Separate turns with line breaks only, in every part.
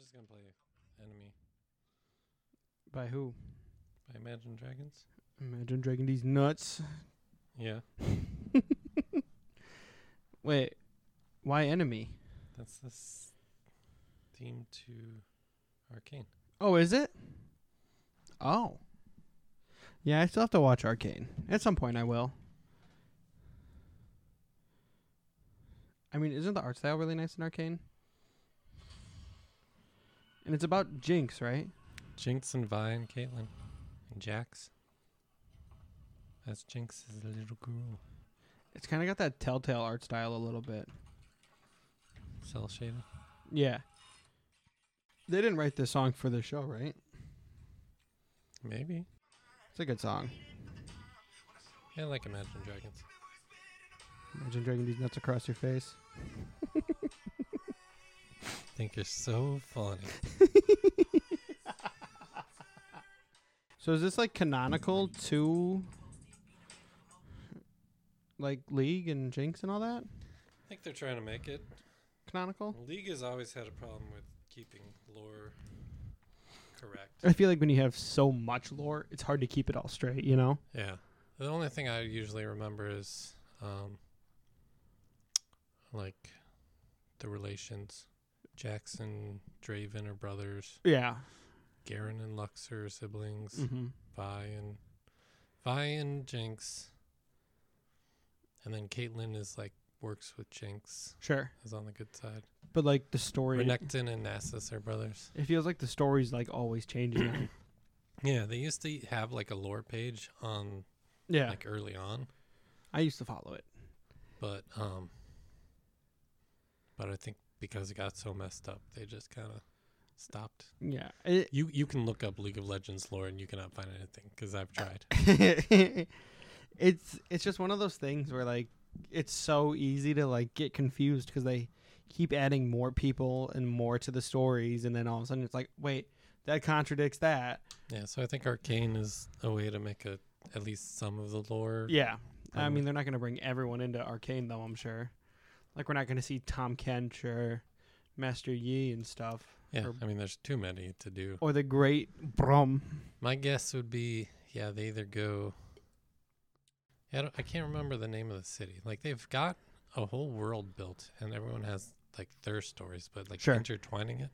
just gonna play Enemy
By who?
by Imagine Dragons.
Imagine dragging these nuts.
Yeah,
Wait, why enemy?
that's this theme to Arcane.
Oh, is it? Oh. Yeah, I still have to watch Arcane. At some point, I will. I mean, isn't the art style really nice in Arcane? And it's about Jinx, right?
Jinx and Vi and Caitlyn and Jax. That's Jinx's little girl.
It's kind of got that Telltale art style a little bit.
Cell shaded.
Yeah. They didn't write this song for the show, right?
Maybe.
It's a good song.
Yeah, I like Imagine Dragons.
Imagine dragging these nuts across your face.
think you're so funny.
So is this like canonical to like League and Jinx and all that?
I think they're trying to make it.
Canonical?
League has always had a problem with keeping lore correct.
I feel like when you have so much lore, it's hard to keep it all straight, you know?
Yeah. The only thing I usually remember is um like the relations. Jackson, Draven are brothers.
Yeah.
Garen and Lux are siblings.
hmm
Vi and Vi and Jinx. And then Caitlyn is like works with Jinx,
Sure.
is on the good side.
But like the story
Renekton and Nasus are brothers.
it feels like the story's like always changing. now.
Yeah, they used to have like a lore page on
yeah.
like early on,
I used to follow it.
but um but I think because it got so messed up, they just kind of stopped.
Yeah. It,
You you can look up League of Legends lore and you cannot find anything cuz I've tried.
it's it's just one of those things where like it's so easy to like get confused because they keep adding more people and more to the stories and then all of a sudden it's like wait that contradicts that
Yeah, so I think Arcane is a way to make a at least some of the lore.
yeah i
Um,
mean they're not going to bring everyone into arcane though i'm sure like we're not going to see tom kench or master yi and stuff
Yeah,
or-
I mean there's too many to do.
or the great brom
My guess would be, yeah, they either go. I, don't, I can't remember the name of the city. Like they've got a whole world built, and everyone has like their stories, but like
Sure.
intertwining it,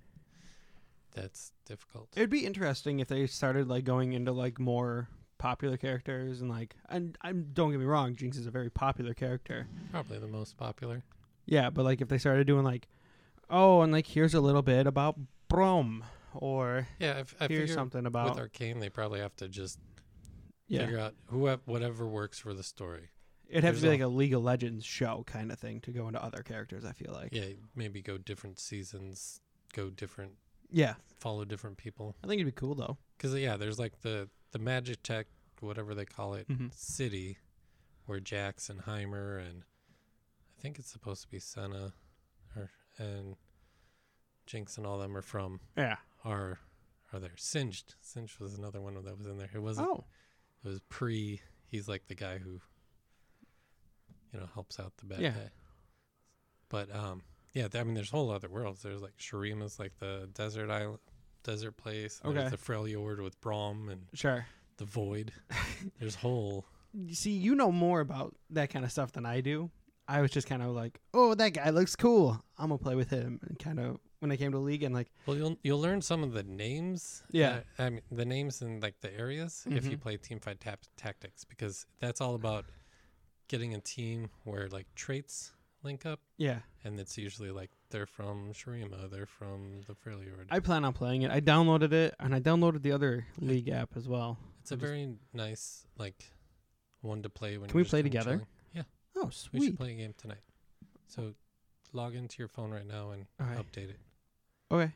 that's difficult.
It'd be interesting if they started like going into like more popular characters and like and I'm don't get me wrong, Jinx is a very popular character.
Probably the most popular.
Yeah, but like if they started doing like oh and like here's a little bit about Brom or
Yeah, I f- I,
here's
figure
something
with
about
Arcane, they probably have to just
yeah.
figure out who whatever works for the story.
It'd have to
there's
be
a-
like a League of Legends show kind of thing to go into other characters, I feel like.
Yeah, maybe go different seasons, go different,
Yeah.
follow different people.
I think it'd be cool though.
Because yeah, there's like the the Magic Tech, whatever they call it,
Mhm.
city, where Jax and Heimer and I think it's supposed to be Senna, or and Jinx and all them are from
Yeah.
are are there Singed. Singed was another one that was in there. It wasn't.
Oh.
It was pre. He's like the guy who, you know, helps out the bad
Yeah.
guy. But um, yeah. th- I mean, there's whole other worlds. There's like Sharima's like the desert island, desert place. and There's
Okay.
the Freljord with Brom and
Sure.
the void. There's whole.
You see, you know more about that kind of stuff than I do. I was just kind of like, oh, that guy looks cool. I'm gonna play with him. And kind of when I came to league and like,
Well, you'll you'll learn some of the names.
Yeah.
uh, I mean the names and like the areas if you
Mhm.
play team fight tap- tactics because that's all about getting a team where like traits link up
yeah,
and it's usually like they're from Shurima, they're from the Freljord.
I plan on playing it. I downloaded it and I downloaded the other league app as well.
it's a
I'm just-
very nice like one to play when.
Can
you're
we
just
play
kinda
together?
chilling.
Oh,
We should
sweet.
play a game tonight. So log into your phone right now and
All right.
update it.
Okay.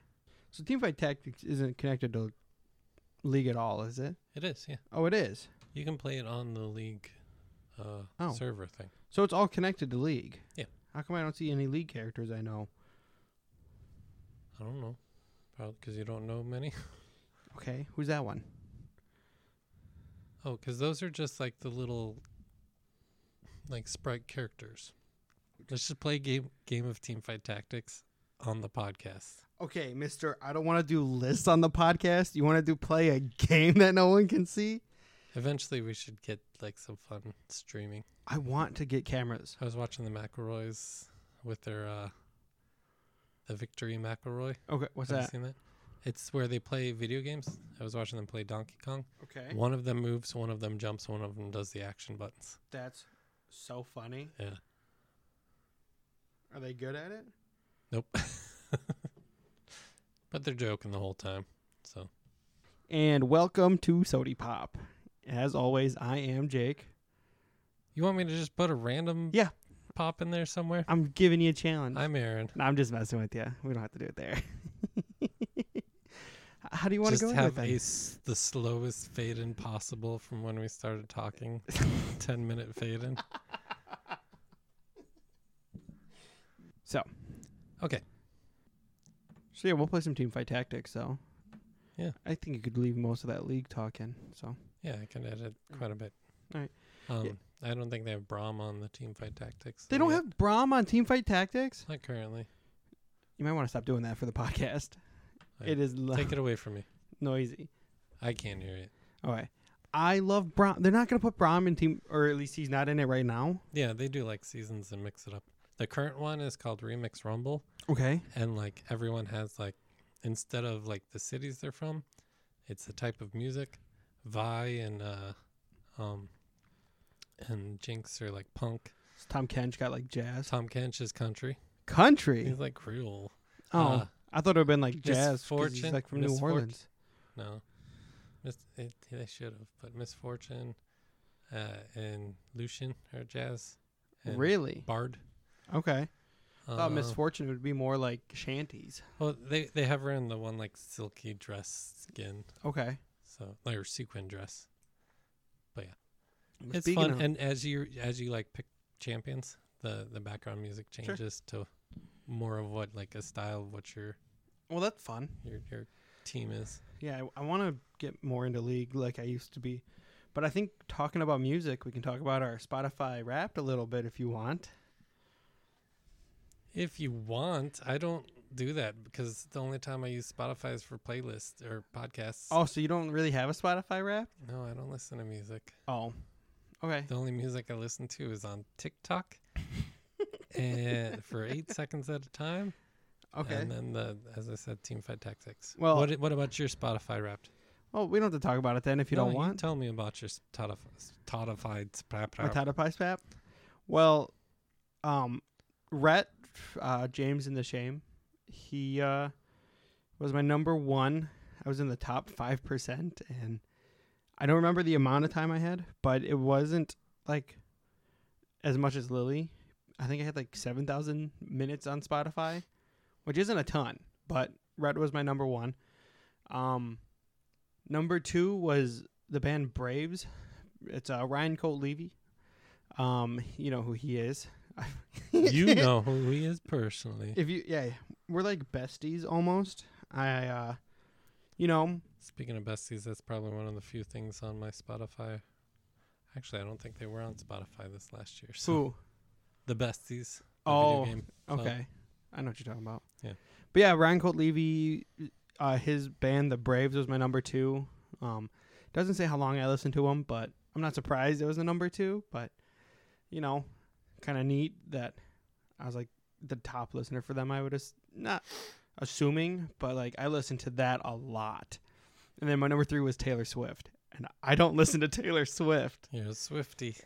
So Teamfight Tactics isn't connected to league at all, is it?
It is, yeah.
Oh, it is.
You can play it on the league uh,
Oh.
server thing.
So it's all connected to league.
Yeah.
How come I don't see any league characters I know?
I don't know. Probably because you don't know many.
Okay, who's that one?
Oh, because those are just like the little, like sprite characters. Let's just play game game of team fight tactics, on the podcast.
Okay, Mister, I don't want to do lists on the podcast. You want to do play a game that no one can see?
Eventually, we should get like some fun streaming.
I want to get cameras.
I was watching the McElroys with their uh the Victory McElroy.
Okay, what's
Have you
that?
seen that? It's where they play video games. I was watching them play Donkey Kong.
Okay,
One of them moves, one of them jumps, one of them does the action buttons.
that's so funny.
Yeah.
Are they good at it?
Nope. but they're joking the whole time. So
And welcome to Sody Pop. As always, I am Jake.
you want me to just put a random
Yeah.
pop in there somewhere?
I'm giving you a challenge.
I'm Aaron.
No, I'm just messing with you. We don't have to do it there. How do you want to
Just
go into it
have
then?
a s- the slowest fade in possible from when we started talking. Ten minute fade in.
So.
Okay.
So yeah, we'll play some team fight tactics. So.
Yeah.
I think you could leave most of that league talk in. So.
Yeah, I can edit
Mm.
quite a bit.
Alright.
Um, I don't think they have Braum on the team fight tactics.
They don't
yet.
have Brahm on team fight tactics.
not currently.
You might want to stop doing that for the podcast.
I-
It is lo-
Take it away from me.
noisy.
I can't hear it.
All right. I love Brahm. They're not going to put Brahm in team, or at least he's not in it right now.
Yeah, they do like seasons and mix it up. The current one is called Remix Rumble,
Okay.
and like everyone has like instead of like the cities they're from, it's the type of music. Vi and uh, um, and Jinx are like punk.
So Tom Kench got like jazz.
Tom Kench is country.
Country.
He's like Creole.
Oh.
Uh,
I thought it would have been like jazz. 'cause he's
Misfortune-
like from New
Misfortune.
Orleans.
No, Mis- it, they should have. But Misfortune, uh, and Lucian are jazz. And
Really?
Bard.
Okay. I
Uh,
thought Misfortune would be more like shanties.
Um, Well, they they have her in the one like silky dress skin,
Okay.
so like, or sequin dress. It's fun, and as you as you like pick champions, the the background music changes to more of what like a style of what your
well, that's fun.
your your team is.
Yeah, I, I want to get more into league like I used to be, but I think talking about music, we can talk about our Spotify Wrapped a little bit if you want.
If you want, I don't do that because the only time I use Spotify is for playlists or podcasts.
Oh, so you don't really have a Spotify Wrapped?
No, I don't listen to music.
Oh, okay.
The only music I listen to is on TikTok, and for eight seconds at a time.
Okay.
And then the, as I said, Team Fight Tactics.
Well-
Well, what, what about your Spotify Wrapped?
well, we don't have to talk about it then if you
No,
don't want.
tell me about your Spotify
My
Wrapped.
Tata Pie Spap. Well, um, Rhett, uh, James in the Shame, he uh, was my number one. I was in the top five percent, and I don't remember the amount of time I had, but it wasn't like as much as Lily. I think I had like seven thousand minutes on Spotify, which isn't a ton, but Rhett was my number one. Um, number two was the band Braves. It's uh, Ryan Colt Levy. Um, you know who he is.
You know who he is personally.
If you yeah, we're like besties almost. I uh you know,
Speaking of besties, that's probably one of the few things on my Spotify. Actually, I don't think they were on Spotify this last year. So
who
the besties. the
Oh,
game. club.
Okay. I know what you're talking about.
Yeah.
But yeah, Ryan Colt Levy, uh, his band, The Braves, was my number two. Um, doesn't say how long I listened to him, but I'm not surprised it was the number two. But, you know, kind of neat that I was like the top listener for them. I would have not assuming, but like I listened to that a lot. And then my number three was Taylor Swift. And I don't listen to Taylor Swift.
You're a Swifty.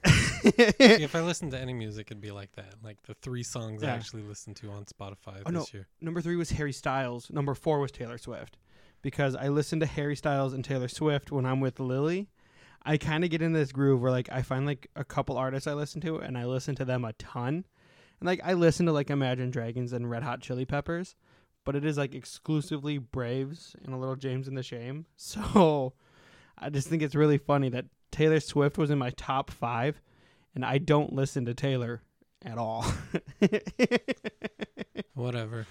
if I listened to any music, it'd be like that. Like the three songs I
Yeah.
actually listened to on Spotify
Oh,
this
no.
year.
number three was Harry Styles. Number four was Taylor Swift. Because I listen to Harry Styles and Taylor Swift when I'm with Lily. I kind of get in this groove where like I find like a couple artists I listen to and I listen to them a ton. And like I listen to like Imagine Dragons and Red Hot Chili Peppers, but it is like exclusively Braves and a little James and the Shame. So I just think it's really funny that Taylor Swift was in my top five and I don't listen to Taylor at all.
Whatever.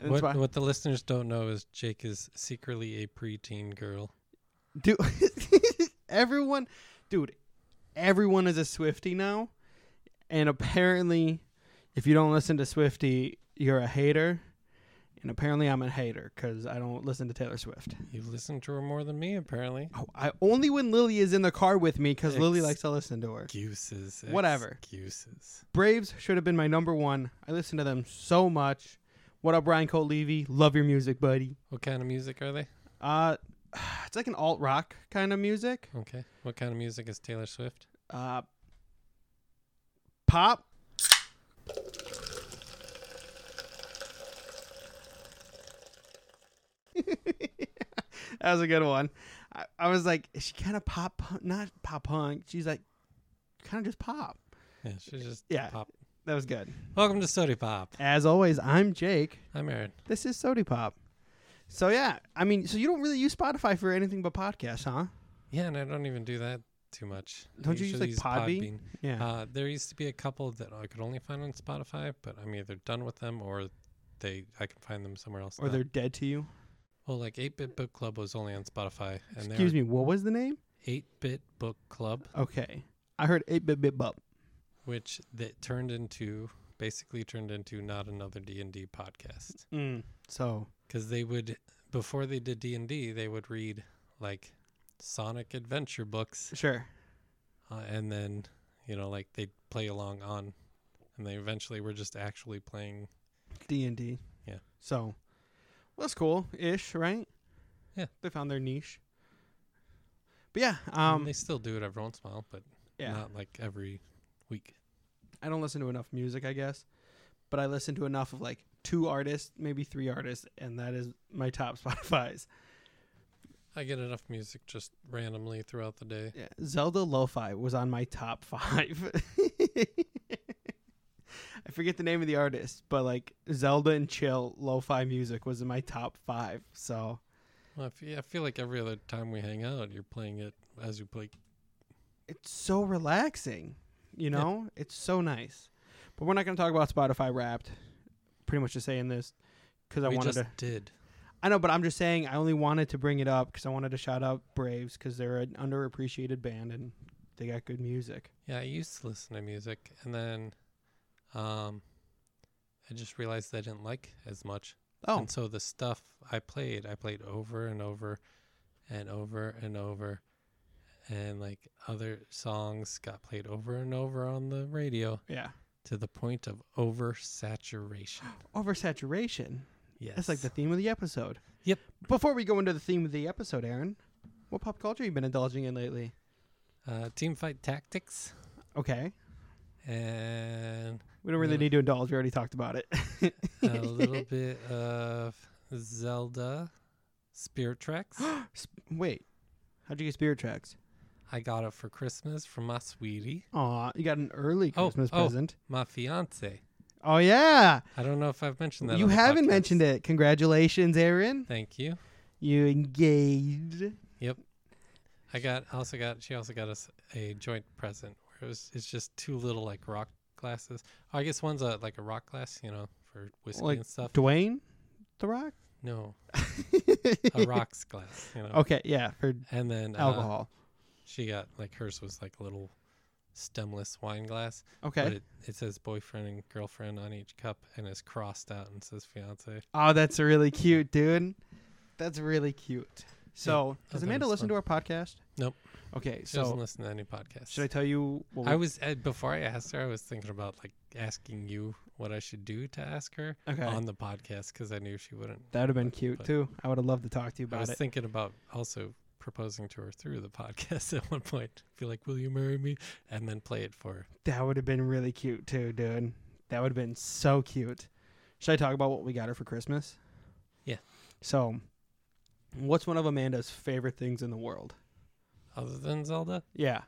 That's
What,
why-
what the listeners don't know is Jake is secretly a preteen girl.
Dude, everyone, dude, everyone is a Swifty now, and apparently, if you don't listen to Swifty, you're a hater, And apparently, I'm a hater because I don't listen to Taylor Swift.
You listen to her more than me, apparently.
Oh, I only when Lily is in the car with me because Lily
Ex-
likes to listen to her.
Excuses.
Whatever.
Excuses.
Braves should have been my number one. I listen to them so much. What up, Brian Cole Levy? Love your music, buddy.
What kind of music are they?
Uh, it's like an alt rock kind of music.
Okay. What kind of music is Taylor Swift?
Uh, pop. that was a good one. I, I was like, is she kind of pop punk? Not pop punk. She's like, kind of just pop.
Yeah, she's just
Yeah.
pop.
That was good.
Welcome to Sody Pop.
As always, I'm Jake.
I'm Aaron.
This is Sody Pop. So yeah, I mean, so you don't really use Spotify for anything but podcasts, huh?
Yeah, and I don't even do that too much. I
Don't you use,
usually
like, Podbean? Yeah.
Uh, there used to be a couple that I could only find on Spotify, but I'm either done with them or they I can find them somewhere else.
or
now.
they're dead to you.
well, like Eight Bit Book Club was only on Spotify, and
Excuse
there
me, what was the name?
Eight Bit Book Club,
Okay, I heard eight bit bit bop.
which that turned into basically turned into not another D and D podcast.
Mm. So
because they would before they did d&d they would read like sonic adventure books
sure,
uh, and then you know like they'd play along on and they eventually were just actually playing
D and D.
Yeah.
So well, that's cool ish, right?
Yeah.
They found their niche. But yeah,
I mean,
um,
they still do it every once in a while but
yeah,
not like every week
I don't listen to enough music, I guess, but I listen to enough of like two artists, maybe three artists, and that is my top Spotify's.
i get enough music just randomly throughout the day
Yeah, Zelda Lo-Fi was on my top five. I forget the name of the artist, but like Zelda and chill lo-fi music was in my top five. So
well, I, feel, I feel like every other time we hang out you're playing it as you play
it's so relaxing, you
Yeah.
know. It's so nice. But we're not going to talk about Spotify Wrapped. Pretty much just saying this because I
we
wanted
just
to.
did
I know, but I'm just saying I only wanted to bring it up because I wanted to shout out Braves because they're an underappreciated band and they got good music.
Yeah, I used to listen to music, and then um, I just realized I didn't like as much.
Oh,
And so the stuff I played, I played over and over and over and over. And like other songs got played over and over on the radio
yeah,
to the point of oversaturation.
oversaturation.
Yes.
That's like the theme of the episode.
Yep.
Before we go into the theme of the episode, Aaron, what pop culture you been indulging in lately?
uh, team fight tactics.
Okay.
And
We don't really
Uh,
need to indulge. We already talked about it.
a little bit of Zelda Spirit Tracks.
Sp- Wait. How'd you get Spirit Tracks?
I got it for Christmas from my sweetie,
Aw, you got an early
Oh,
Christmas
oh.
present.
my fiance.
Oh, yeah.
I don't know if I've mentioned that.
You
on the
haven't
podcast.
mentioned it. Congratulations, Aaron.
Thank you.
You engaged.
I got also got she also got us a joint present where it was it's just two little like rock glasses. I guess one's a like a rock glass, you know, for whiskey
Like
and stuff.
Dwayne The Rock?
no, a rocks glass, you know.
Okay, yeah, for
And then uh,
alcohol.
she got like hers was like a little stemless wine glass, but
Okay.
it, it says boyfriend and girlfriend on each cup and is crossed out and says fiance.
Oh, that's really cute, dude. That's really cute. So,
I
does
thought
Amanda
it was
listen to our podcast?
Nope.
Okay,
She doesn't
so
listen to any podcasts.
should I tell you? What
I was uh, before I asked her. I was thinking about like asking you what I should do to ask her
okay.
on the podcast because I knew she wouldn't.
that would have been cute
but-
too. I would have loved to talk to you
I
about
was
it.
thinking about also proposing to her through the podcast at one point. Be like, "Will you marry me?" and then play it for her.
that would have been really cute too, dude. That would have been so cute. Should I talk about what we got her for Christmas?
Yeah.
So, what's one of Amanda's favorite things in the world?
Other than Zelda,
Yeah,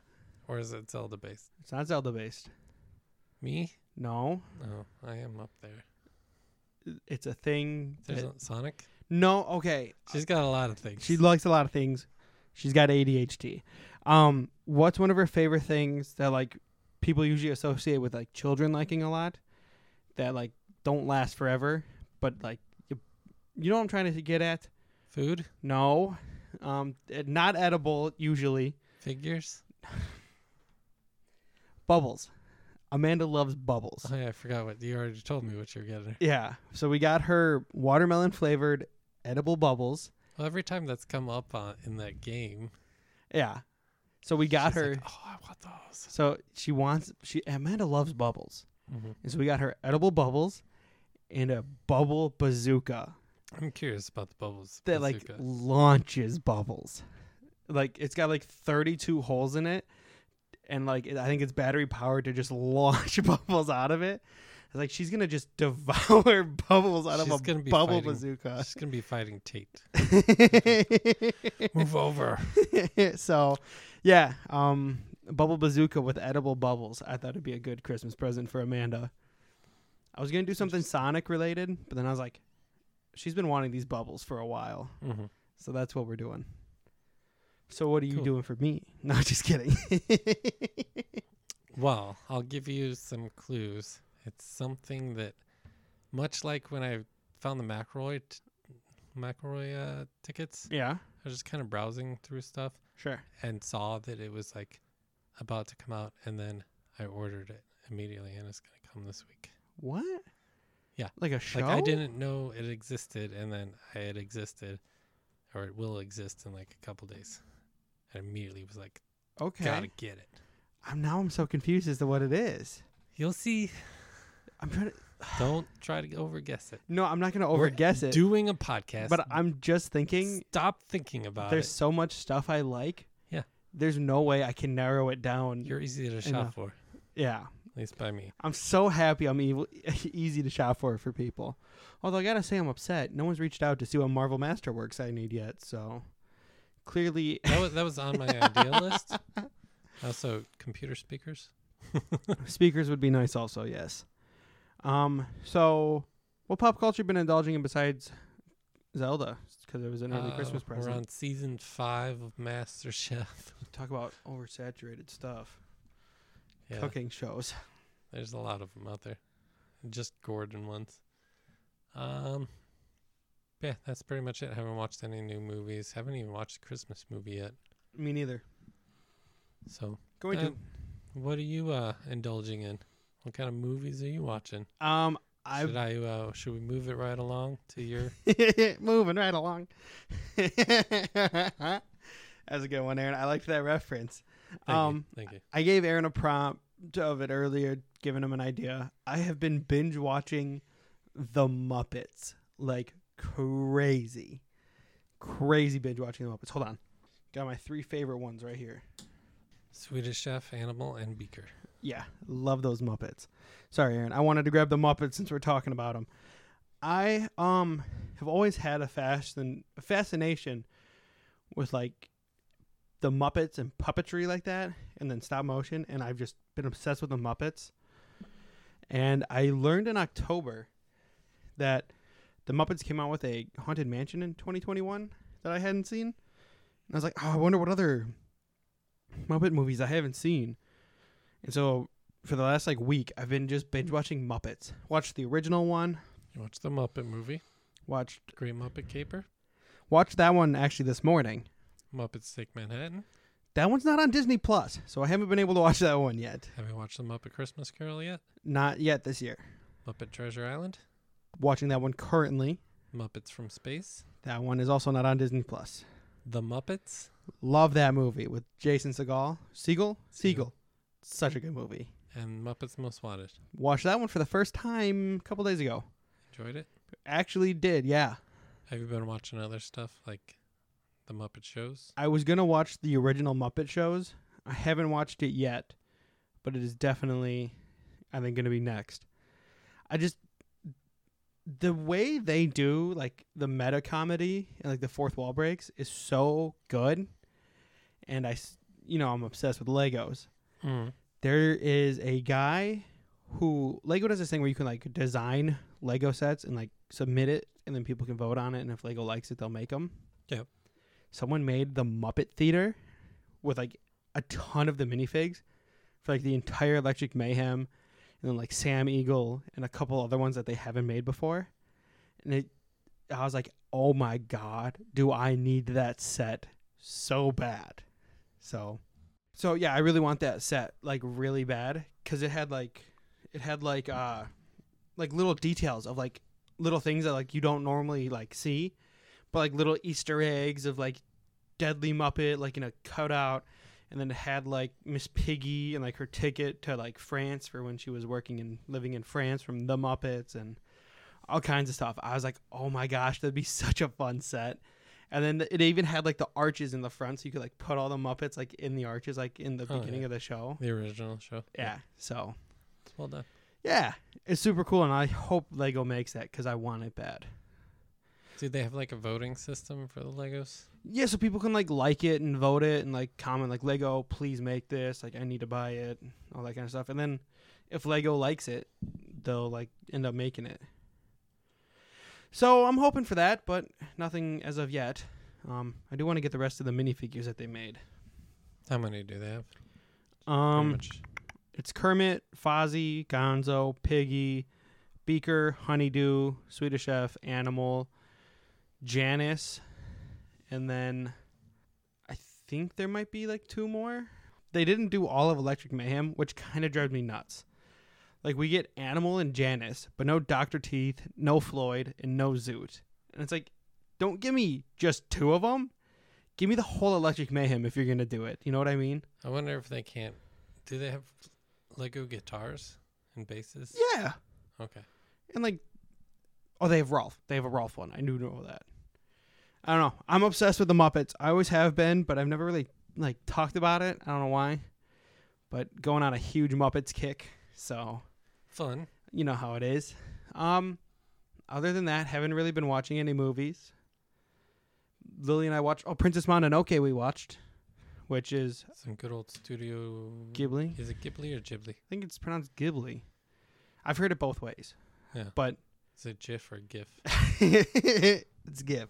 or is it Zelda based?
it's not Zelda based.
Me?
No,
No, I am up there.
it's a thing.
There's
that-
not Sonic.
no, okay.
She's got a lot of things.
She likes a lot of things. She's got ADHD. Um, what's one of her favorite things that like people usually associate with like children liking a lot that like don't last forever, but like you, you know what I'm trying to get at?
food
No, um, eh, not edible usually.
figures.
Bubbles. Amanda loves bubbles.
Oh, yeah, I forgot what you already told me what you're getting.
Yeah. So we got her watermelon flavored edible bubbles.
Well, every time that's come up on, in that game,
Yeah. So we got
she's
her.
like, oh, I want those.
So she wants she Amanda loves bubbles.
Mhm.
And so we got her edible bubbles and a bubble bazooka
I'm curious about the bubbles.
that like
bazooka.
launches bubbles. Like it's got like 32 holes in it and like I think it's battery powered to just launch bubbles out of it. It's Like she's going to just devour bubbles out
She's
of a
gonna be
bubble
fighting-
bazooka.
she's gonna be fighting Tate. Move over.
so yeah um bubble bazooka with edible bubbles i thought it'd be a good christmas present for amanda i was gonna do something sonic related but then i was like she's been wanting these bubbles for a while
hmm
so that's what we're doing so what are you
Cool.
doing for me no just kidding
Well, I'll give you some clues. It's something that, much like when I found the McElroy, t- McElroy uh, tickets,
yeah
I was just kind of browsing through stuff
sure
and saw that it was like about to come out, and then I ordered it immediately, and it's gonna come this week.
what
Yeah.
like a show
Like I didn't know it existed, and then I had existed, or it will exist in like a couple days. I immediately was like,
okay
gotta get it.
i'm now i'm so confused as to what it is
You'll see.
i'm trying to
Don't try to overguess it.
no i'm not gonna
We're
overguess it
Doing a podcast,
but i'm just thinking
stop thinking about
there's
it.
so much stuff I like.
Yeah.
There's no way I can narrow it down.
You're easy to shop
enough.
for,
yeah.
at least by me.
I'm so happy I'm evil, easy to shop for for people. Although I got to say I'm upset. No one's reached out to see what Marvel Masterworks I need yet, so clearly
That was that was on my idea list. Also, computer speakers.
speakers would be nice also, yes. Um so what pop culture been indulging in besides Zelda? Cuz it was an early
Uh,
Christmas
We're
present.
on season five of Master Chef.
Talk about oversaturated stuff.
yeah,
Cooking shows.
there's a lot of them out there. Just Gordon ones. Um, yeah, that's pretty much it. Haven't watched any new movies. Haven't even watched the Christmas movie yet.
Me neither.
So,
Going
Uh, what are you uh indulging in? What kind of movies are you watching?
to um I've
Should I uh, should we move it right along to your
Moving right along. that was a good one, Aaron. I liked that reference.
Thank you.
um,
Thank you.
I gave Aaron a prompt of it earlier, giving him an idea. I have been binge watching The Muppets like crazy. Crazy binge watching The Muppets. Hold on. Got my three favorite ones right here.
Swedish Chef, Animal, and Beaker.
Yeah, love those Muppets. Sorry, Aaron. I wanted to grab the Muppets since we're talking about them. I um have always had a fascin- a fascination with like the Muppets and puppetry like that, and then stop motion, and I've just been obsessed with the Muppets. And I learned in October that the Muppets came out with a Haunted Mansion in 2021 that I hadn't seen, and I was like, oh, I wonder what other Muppet movies I haven't seen. And so for the last like week, I've been just binge watching Muppets. Watched the original one.
You watch the Muppet movie,
Watched
Great Muppet Caper,
watched that one actually this morning.
Muppets Take Manhattan.
That one's not on Disney Plus, so I haven't been able to watch that one yet.
Have you watched the Muppet Christmas Carol yet?
Not yet this year.
Muppet Treasure Island,
Watching that one currently.
Muppets from Space,
That one is also not on Disney Plus.
The Muppets,
Love that movie with Jason Segal. Segal? Segal.
Segel.
Such a good movie.
and Muppets Most Wanted.
Watched that one for the first time a couple days ago.
Enjoyed it?
Actually did, yeah.
Have you been watching other stuff like the Muppet shows?
I was gonna watch the original Muppet shows. I haven't watched it yet, but it is definitely, I think, gonna be next. I just the way they do like the meta comedy and like the fourth wall breaks is so good, and I, s- you know, I'm obsessed with Legos.
Mm.
There is a guy who Lego does this thing where you can like design Lego sets and like submit it, and then people can vote on it, and if Lego likes it, they'll make them.
Yep.
Someone made the Muppet Theater with like a ton of the minifigs for like the entire Electric Mayhem, and then like Sam Eagle and a couple other ones that they haven't made before, and it. I was like, oh my god, do I need that set so bad? So So yeah, I really want that set like really bad because it had like it had like uh like little details of like little things that like you don't normally like see, but like little Easter eggs of like Deadly Muppet like in a cutout, and then it had like Miss Piggy and like her ticket to like France for when she was working and living in France from the Muppets and all kinds of stuff. I was like, oh my gosh, that'd be such a fun set. And then it even had like the arches in the front, so you could like put all the Muppets like in the arches, like in the
Oh,
beginning
yeah.
of the show.
The original show.
Yeah. So
It's well done.
yeah, it's super cool, and I hope Lego makes that because I want it bad.
Did they have like a voting system for the Legos?
Yeah, so people can like like it and vote it and like comment like Lego, please make this. Like I need to buy it, all that kind of stuff. And then if Lego likes it, they'll like end up making it. So I'm hoping for that, but nothing as of yet. Um, I do want to get the rest of the minifigures that they made.
How many do they have? Pretty
Um,
much.
it's Kermit, Fozzie, Gonzo, Piggy, Beaker, Honeydew, Swedish Chef, Animal, Janice, and then I think there might be like two more. They didn't do all of Electric Mayhem, which kind of drives me nuts. Like we get Animal and Janice, but no Doctor Teeth, no Floyd, and no Zoot. And it's like, don't give me just two of them. Give me the whole Electric Mayhem if you're gonna do it. You know what I mean?
I wonder if they can't. Do they have Lego guitars and basses?
Yeah.
Okay.
And like, oh, they have Rolf. They have a Rolf one. I do know that. I don't know. I'm obsessed with the Muppets. I always have been, but I've never really like talked about it. I don't know why. But going on a huge Muppets kick, so
Fun.
you know how it is. Um, other than that, haven't really been watching any movies. Lily and I watched oh Princess Mononoke we watched, which is
Some good old studio.
Ghibli.
Is it Ghibli or Ghibli?
I think it's pronounced Ghibli. I've heard it both ways.
Yeah.
But
Is it GIF or GIF?
it's GIF.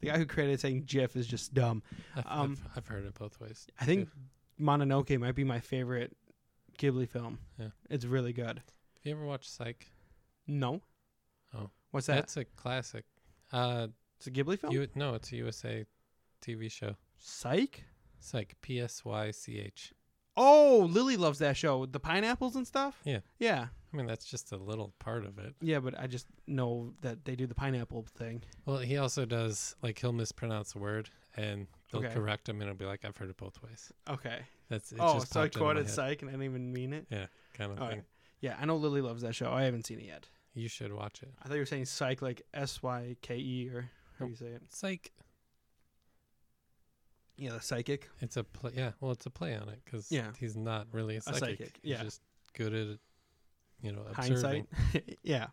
The guy who created saying GIF is just dumb.
I've,
Um,
I've, I've heard it both ways.
I think Mononoke might be my favorite Ghibli film.
Yeah.
It's really good.
Have you ever watched Psych?
No.
Oh.
What's that?
That's a classic. Uh,
it's a Ghibli film?
you no, it's a USA TV show.
Psych?
Psych. P S Y C H.
Oh, Lily loves that show. The pineapples and stuff?
Yeah.
Yeah.
I mean, that's just a little part of it.
Yeah, but I just know that they do the pineapple thing.
Well, he also does like he'll mispronounce a word and they'll
Okay.
correct him, and it'll be like, "I've heard it both ways."
Okay.
That's it
oh,
just
so I
popped into my
quoted
head
Psych and I didn't even mean it?
kind of
All right.
thing.
Yeah, I know Lily loves that show. I haven't seen it yet.
You should watch it.
I thought you were saying Psych like S Y K E or how do you say it?
Psych.
Yeah, the psychic.
It's a play. Yeah, well, it's a play on it because
Yeah.
he's not really a psychic.
psychic,
He's
yeah.
just good at you know observing.
hindsight. yeah.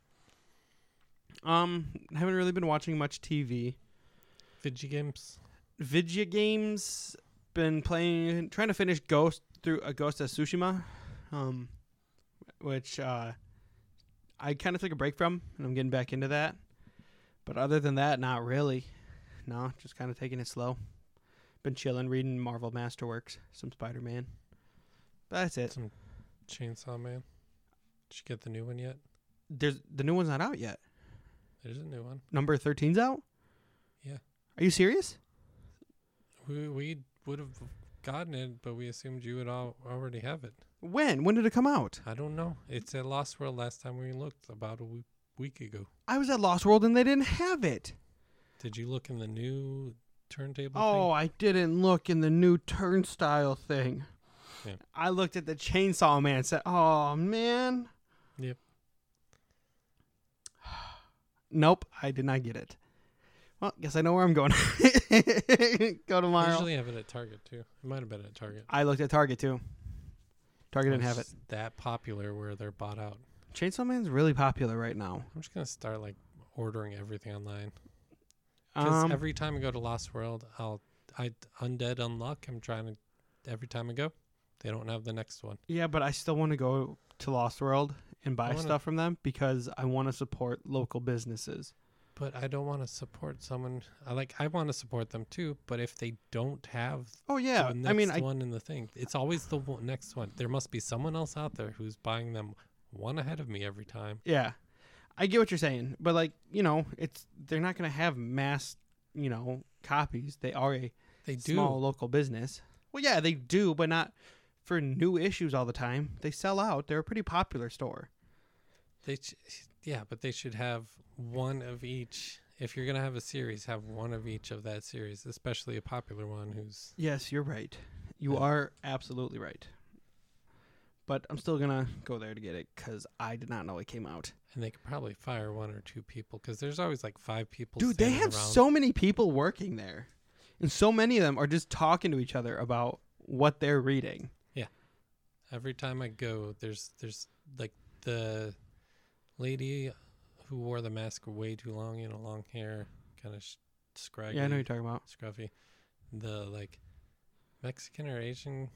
Um, haven't really been watching much TV.
Video games.
Vidya games. Been playing, trying to finish Ghost through a Ghost of Tsushima, um, which uh, I kind of took a break from, and I'm getting back into that. But other than that, not really. No, just kind of taking it slow. Been chilling, reading Marvel Masterworks, some Spider Man. That's it.
Some Chainsaw Man. Did you get the new one yet?
There's the new one's not out yet.
There's a new one.
Number 13's out.
Yeah.
Are you serious?
We we would have gotten it, but we assumed you would all already have it.
When? When did it come out?
I don't know. It's at Lost World last time we looked about a w- week ago.
I was at Lost World and they didn't have it.
Did you look in the new turntable?
Oh, I didn't look in the new turnstile thing.
Yeah.
I looked at the Chainsaw Man and said, "Oh man."
Yep.
Nope, I did not get it. Well, guess I know where I'm going. Go
thing? They
tomorrow.
usually have it at Target too. It might have been at Target.
I looked at Target too. Target didn't have it.
It's That popular where they're bought out.
Chainsaw Man's really popular right now.
I'm just gonna start like ordering everything online because
Um,
every time I go to Lost World, I'll I Undead Unluck. I'm trying to every time I go, they don't have the next one.
Yeah, but I still want to go to Lost World and buy
wanna-
stuff from them because I want to support local businesses.
But I don't want to support someone. I like I want to support them too. But if they don't have
Oh yeah,
the next
I mean, I,
one in the thing, it's always the one, next one. There must be someone else out there who's buying them one ahead of me every time.
yeah, I get what you're saying, but like you know, it's they're not gonna have mass, you know, copies. They are a
They do.
small local business. Well, yeah, they do, but not for new issues all the time. They sell out. They're a pretty popular store.
They, sh- yeah, but they should have one of each. If you're gonna have a series, have one of each of that series, especially a popular one who's
Yes, you're right. You
Yeah.
are absolutely right. But I'm still gonna go there to get it because I did not know it came out.
and they could probably fire one or two people because there's always like five people.
Dude, they
standing
have
around.
so many people working there, and so many of them are just talking to each other about what they're reading.
Every time I go, there's there's like the lady who wore the mask way too long, you know, long hair, kind of sh- scraggy,
yeah, I know what you're talking about.
scruffy. The like Mexican or Asian,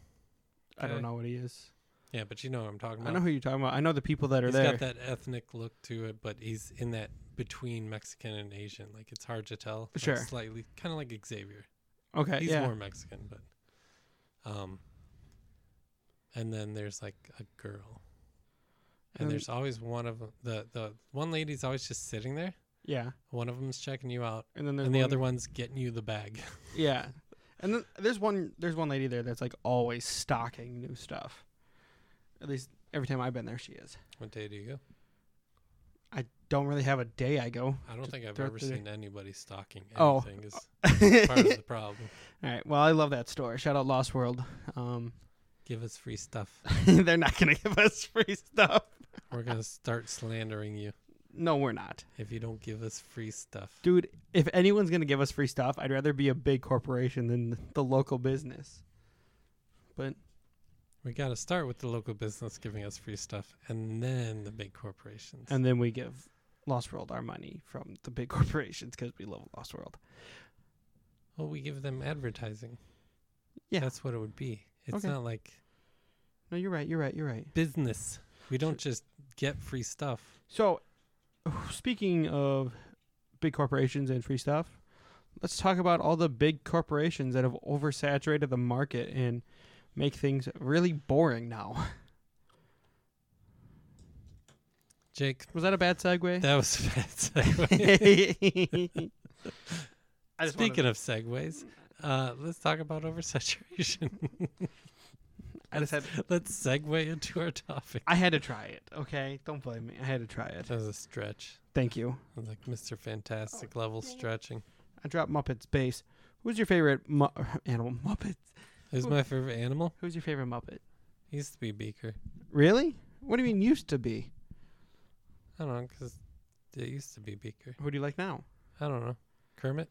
I don't
Okay.
know what he is.
yeah, but you know what I'm talking
I
about.
know who you're talking about. I know the people that are
He's
there.
got that ethnic look to it, but he's in that between Mexican and Asian. Like it's hard to tell. like,
Sure.
slightly, kind of like Xavier.
okay,
He's
Uh, yeah.
more Mexican, but um. And then there's like a girl, and,
And-
there's always one of 'em- the the one lady's always just sitting there.
yeah,
One of them's checking you out,
and then there's
and the
one-
other one's getting you the bag.
Yeah, and then there's one there's one lady there that's like always stocking new stuff. At least every time I've been there, she is.
what day do you go?
I don't really have a day I go.
I don't
Th-
think I've
throughout
ever
the day.
seen anybody stalking
Oh.
anything. Is
All
part of the problem.
right. Well, I love that store. Shout out Lost World. Um,
Give us free stuff.
they're not gonna give us free stuff.
We're gonna start slandering you.
No, we're not,
if you don't give us free stuff.
dude. If anyone's gonna give us free stuff, I'd rather be a big corporation than the local business. But
We got to start with the local business giving us free stuff and then the big corporations.
and then we give Lost World our money from the big corporations because we love Lost World.
well, we give them advertising.
Yeah.
That's what it would be. It's
Okay.
not like
No, you're right. You're right. You're right.
business. We don't just get free stuff.
So, speaking of big corporations and free stuff, let's talk about all the big corporations that have oversaturated the market and make things really boring now.
Jake,
Was that a bad segue?
that was a bad segue.
I just wanted-
Speaking of segues, uh, let's talk about oversaturation.
I just had
let's segue into our topic.
I had to try it. Okay, don't blame me. I had to try it.
That was a stretch.
Thank you.
It was like Mr. Fantastic
Oh,
level stretching.
I dropped Muppets base. Who's your favorite mu- animal Muppet?
Who's my favorite animal?
Who's your favorite Muppet?
Used to be Beaker.
Really? What do you mean used to be?
I don't know, because it used to be Beaker.
Who do you like now?
I don't know. Kermit?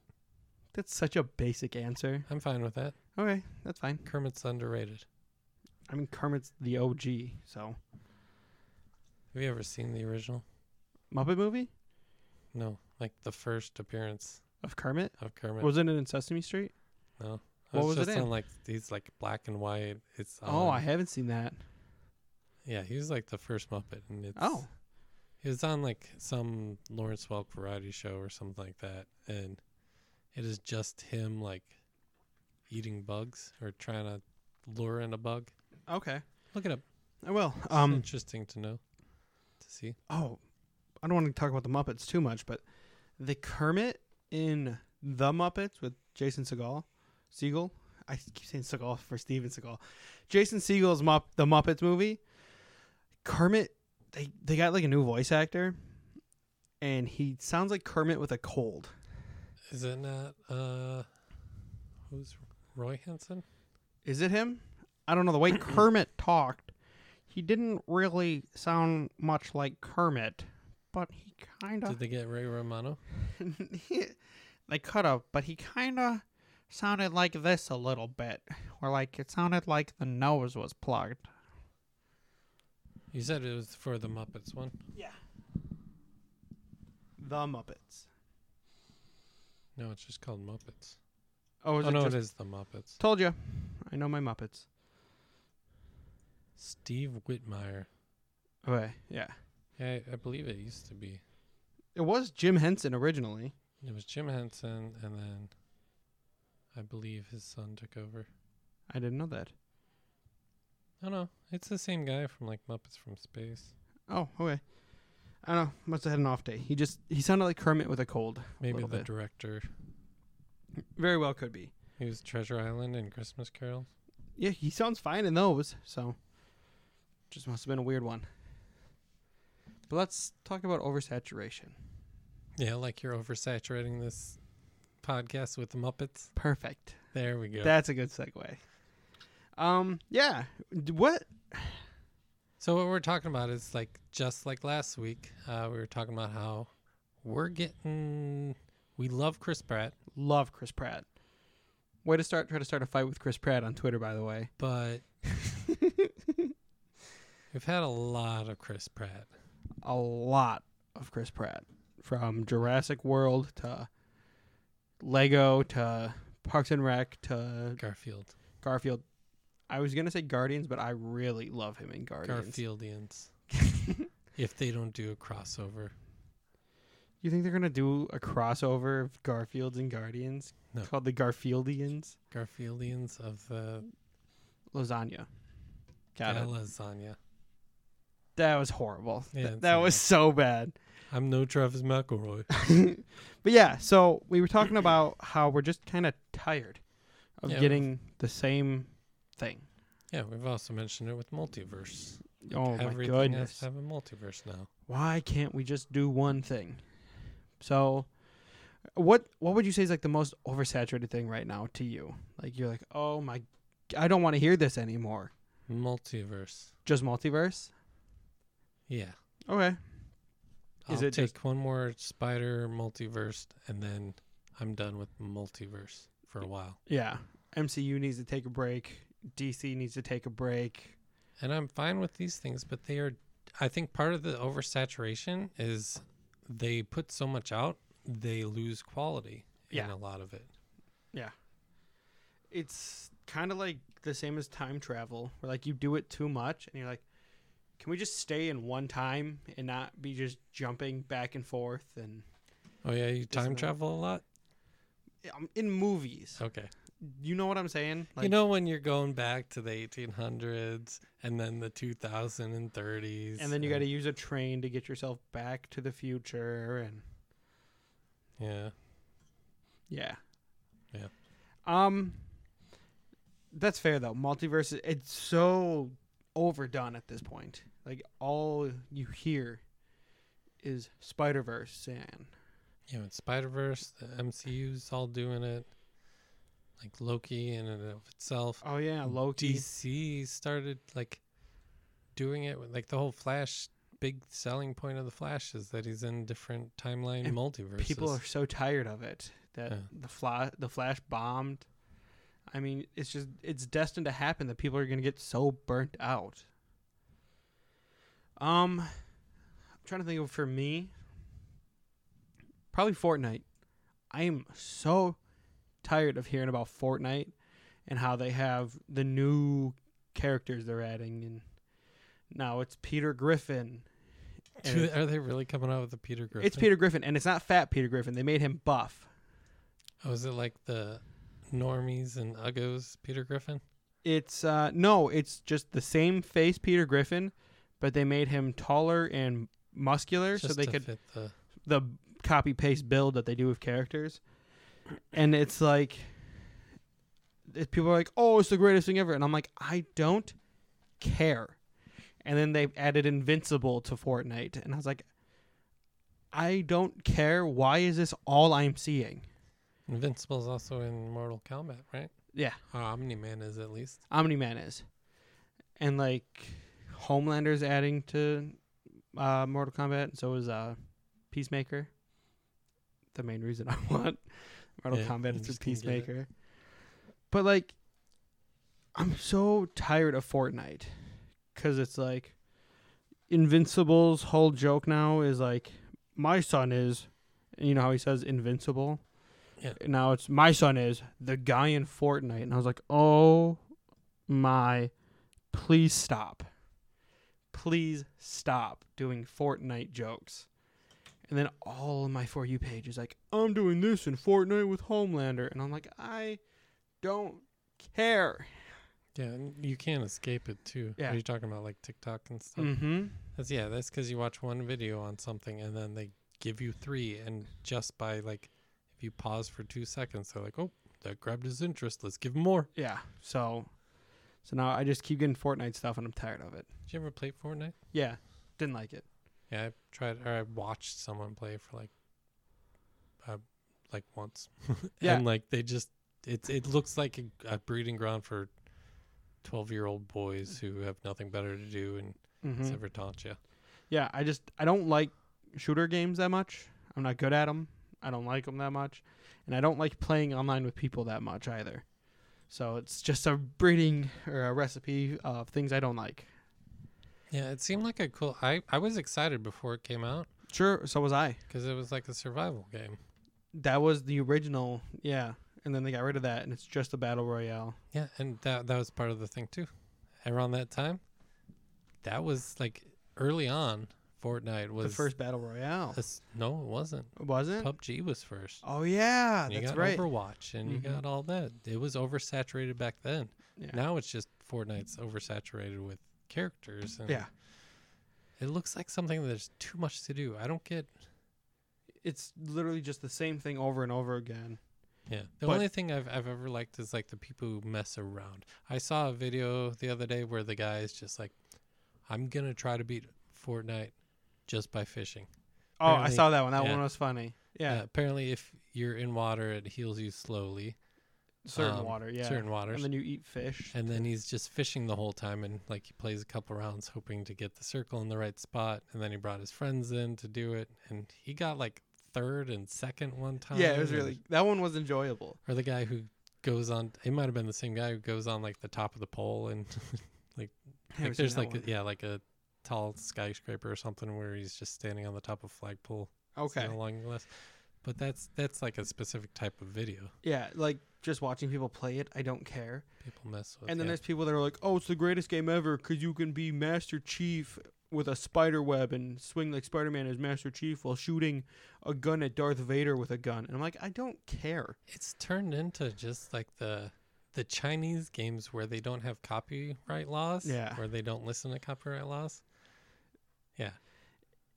That's such a basic answer.
I'm fine with that.
Okay, that's fine.
Kermit's underrated.
I mean, Kermit's the OG, so
Have you ever seen the original?
Muppet movie
No. Like the first appearance
of Kermit
of Kermit.
wasn't it in Sesame Street?
no.
what was it
just
in?
on like he's like black and white. It's
Oh,
on-
I haven't seen that.
yeah, he was like the first Muppet and it's
Oh,
he was on like some Lawrence Welk variety show or something like that and it is just him like eating bugs or trying to lure in a bug.
okay.
Look it up.
I will.
It's
Um.
interesting to know. To see.
Oh, I don't want to talk about the Muppets too much, but the Kermit in the Muppets with Jason Segal, Siegel. I keep saying Segal for Steven Seagal. Jason Segel's Mupp the Muppets movie. Kermit, they they got like a new voice actor, and he sounds like Kermit with a cold.
Is it not uh who's Roy Henson?
Is it him? I don't know. The way Kermit talked, he didn't really sound much like Kermit, but he kind
Did
of.
they get Ray Romano?
they could have, but he kind of sounded like this a little bit. Or like it sounded like the nose was plugged.
You said it was for the Muppets one.
Yeah. The Muppets.
No, it's just called Muppets.
Oh, is
Oh
it
no,
just-
it is the Muppets.
Told you. I know my Muppets.
Steve Whitmire.
Okay. Yeah.
Yeah, I, I believe it used to be.
It was Jim Henson originally.
It was Jim Henson, and then I believe his son took over.
I didn't know that.
No, no, it's the same guy from like Muppets from Space.
Oh, okay. I don't know. Must have had an off day. He just he sounded like Kermit with a cold.
Maybe the
little bit.
director.
Very well could be.
He was Treasure Island and Christmas Carol.
yeah, he sounds fine in those. So, just must have been a weird one. But let's talk about oversaturation.
Yeah, like you're oversaturating this podcast with the Muppets.
Perfect.
There we go.
That's a good segue. Um, yeah. D- What?
so what we're talking about is like just like last week, uh, we were talking about how we're getting we love Chris Pratt,
Love Chris Pratt. Way to start. Try to start a fight with Chris Pratt on Twitter, by the way.
but we've had a lot of Chris Pratt.
A lot of Chris Pratt, from Jurassic World to Lego to Parks and Rec to
Garfield.
Garfield. I was gonna say Guardians, but I really love him in Guardians.
Garfieldians. if they don't do a crossover.
You think they're gonna do a crossover of Garfields and Guardians
No.
called the Garfieldians?
Garfieldians of uh, the
Lasagna. Got it.
lasagna.
That was horrible.
Yeah,
Th-
it's
that was so bad.
I'm no Travis McElroy.
But yeah, so we were talking about how we're just kind of tired of
Yeah, we've-
getting the same thing.
yeah, we've also mentioned it with multiverse.
oh my
Everything has
goodness.
to have a multiverse now.
Why can't we just do one thing? So what what would you say is like the most oversaturated thing right now to you? Like you're like, "Oh my I don't want to hear this anymore."
Multiverse.
Just multiverse?
Yeah.
Okay. Is
I'll
it
take one more spider multiverse and then I'm done with multiverse for a while.
Yeah. MCU needs to take a break. DC needs to take a break.
And I'm fine with these things, but they are I think part of the oversaturation is they put so much out, they lose quality in
Yeah.
a lot of it.
it's kind of like the same as time travel where like you do it too much and you're like can we just stay in one time and not be just jumping back and forth and
Oh yeah, you time
it?
travel a lot?
um, in movies
Okay.
you know what i'm saying like
you know when you're going back to the 1800s and then the 2030s,
and then you got to use a train to get yourself back to the future and
yeah,
yeah
Yeah.
um that's fair though multiverse it's so overdone at this point like all you hear is spider-verse and
you know, Spider Verse, the MCU's all doing it, like Loki in and of itself.
oh yeah loki
DC started like doing it with like the whole Flash. Big selling point of the Flash is that he's in different timeline
And
multiverses.
people are so tired of it that
Yeah.
the flash the flash bombed i mean it's just it's destined to happen that people are going to get so burnt out um i'm trying to think of for me probably fortnite i am so tired of hearing about fortnite and how they have the new characters they're adding and now it's peter griffin and
Do-
it's-
are they really coming out with the Peter Griffin?
it's Peter Griffin, and it's not fat Peter Griffin. They made him buff.
Oh, is it like the normies and uggos Peter Griffin?
It's uh no, it's just the same face Peter Griffin, but they made him taller and muscular so
Just
they
to
could
fit the
the copy paste build that they do with characters. And it's like it, people are like, "Oh, it's the greatest thing ever." And I'm like, "I don't care." And then they added Invincible to Fortnite, and I was like, "I don't care. Why is this all I'm seeing?"
Invincible's also in Mortal Kombat, right?
Yeah.
Or Omni Man is at least.
Omni Man is, and like Homelander's adding to uh, Mortal Kombat, and so is uh, Peacemaker. The main reason I want Mortal
Yeah,
Kombat
you
is through
just didn't get it.
Peacemaker, but like I'm so tired of Fortnite because it's like Invincible's whole joke now is like my son is, and you know how he says invincible.
Yeah.
And Now it's my son is the guy in Fortnite, and I was like, oh my, please stop, please stop doing Fortnite jokes. And then all of my for you page is like, I'm doing this in Fortnite with Homelander, and I'm like, I don't care.
Yeah, and you can't escape it too.
Yeah.
Are you talking about like TikTok and stuff?
Mm-hmm.
That's yeah, that's because you watch one video on something and then they give you three, and just by like, if you pause for two seconds, they're like, oh, that grabbed his interest. Let's give him more.
Yeah. So So now I just keep getting Fortnite stuff and I'm tired of it.
Did you ever play Fortnite?
Yeah, didn't like it.
Yeah, I tried or I watched someone play for like uh, like once.
Yeah.
and like they just it it looks like a, a breeding ground for 12-year-old boys who have nothing better to do and
Mhm.
it's ever taught you.
Yeah, I just I don't like shooter games that much. I'm not good at them. I don't like them that much, and I don't like playing online with people that much either. So it's just a breeding or a recipe of things I don't like.
Yeah, it seemed like a cool I I was excited before it came out
Sure, so was I.
cuz it was like a survival game.
That was the original, yeah. And then they got rid of that, and it's just a battle royale.
Yeah, and that that was part of the thing too. Around that time, that was like early on. Fortnite was
the first battle royale
this- no, it wasn't.
wasn't.
PUBG was first.
oh yeah,
And you
that's
got
right.
Overwatch, and
Mhm.
you got all that. It was oversaturated back then.
Yeah.
Now it's just Fortnite's oversaturated with characters. And
yeah,
it looks like something there's too much to do. I don't get.
it's literally just the same thing over and over again.
Yeah, the
But-
only thing I've I've ever liked is like the people who mess around. I saw a video the other day where the guy is just like, "I'm gonna try to beat Fortnite just by fishing."
Oh, I
Apparently-
saw that one. That
yeah.
one was funny. Yeah,
Uh, apparently, if you're in water, it heals you slowly.
certain
um,
water. Yeah,
Certain waters.
and then you eat fish.
And then he's just fishing the whole time and like he plays a couple rounds hoping to get the circle in the right spot. And then he brought his friends in to do it. And he got like third and second one time.
Yeah, it was
and-
really that one was enjoyable.
Or the guy who goes on, it might have been the same guy who goes on like the top of the pole. And like, there's like, a, yeah, like a tall skyscraper or something where he's just standing on the top of flagpole.
okay,
something Along the list. But that's, that's like a specific type of video
yeah, like just watching people play it, I don't care.
people mess with.
and then
yeah.
there's people that are like, "Oh, it's the greatest game ever because you can be Master Chief with a spider web and swing like Spider-Man as Master Chief while shooting a gun at Darth Vader with a gun." And I'm like, I don't care.
It's turned into just like the the Chinese games where they don't have copyright laws.
Yeah.
Where they don't listen to copyright laws.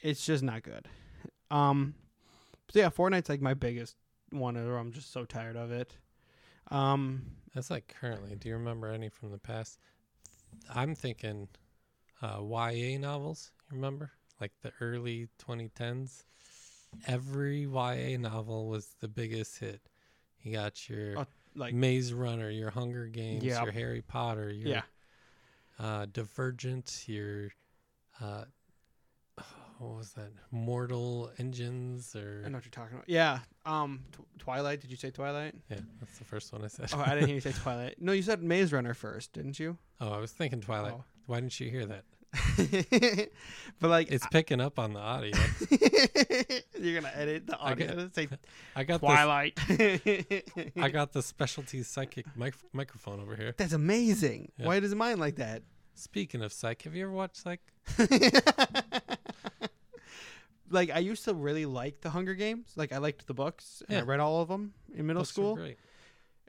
It's just not good. Um, so yeah, Fortnite's like my biggest one, or I'm just so tired of it. Um,
That's like currently. Do you remember any from the past? I'm thinking uh, YA novels. You remember? Like the early 2010s. Every YA novel was the biggest hit. You got your
Oh, like
Maze Runner, your Hunger Games,
Yeah.
your Harry Potter, your
yeah,
uh, Divergent, your uh, what was that? Mortal Engines
I
or
know what you're talking about. Yeah. Um, tw- Twilight. Did you say Twilight?
yeah, that's the first one I said.
Oh, I didn't hear you say Twilight. No, you said Maze Runner first, didn't you?
Oh, I was thinking Twilight. Why didn't you hear that?
Oh. but like,
It's picking up on the audio.
you're gonna edit the
I
audio
get-
and say
I got this.
Twilight.
I got the specialty psychic mic- microphone over here.
That's amazing.
Yeah.
Why does mine like that?
Speaking of psych, have you ever watched psych?
like I used to really like the Hunger Games. Like I liked the books and I
Yeah.
read all of them in middle
Books are
school.
Great.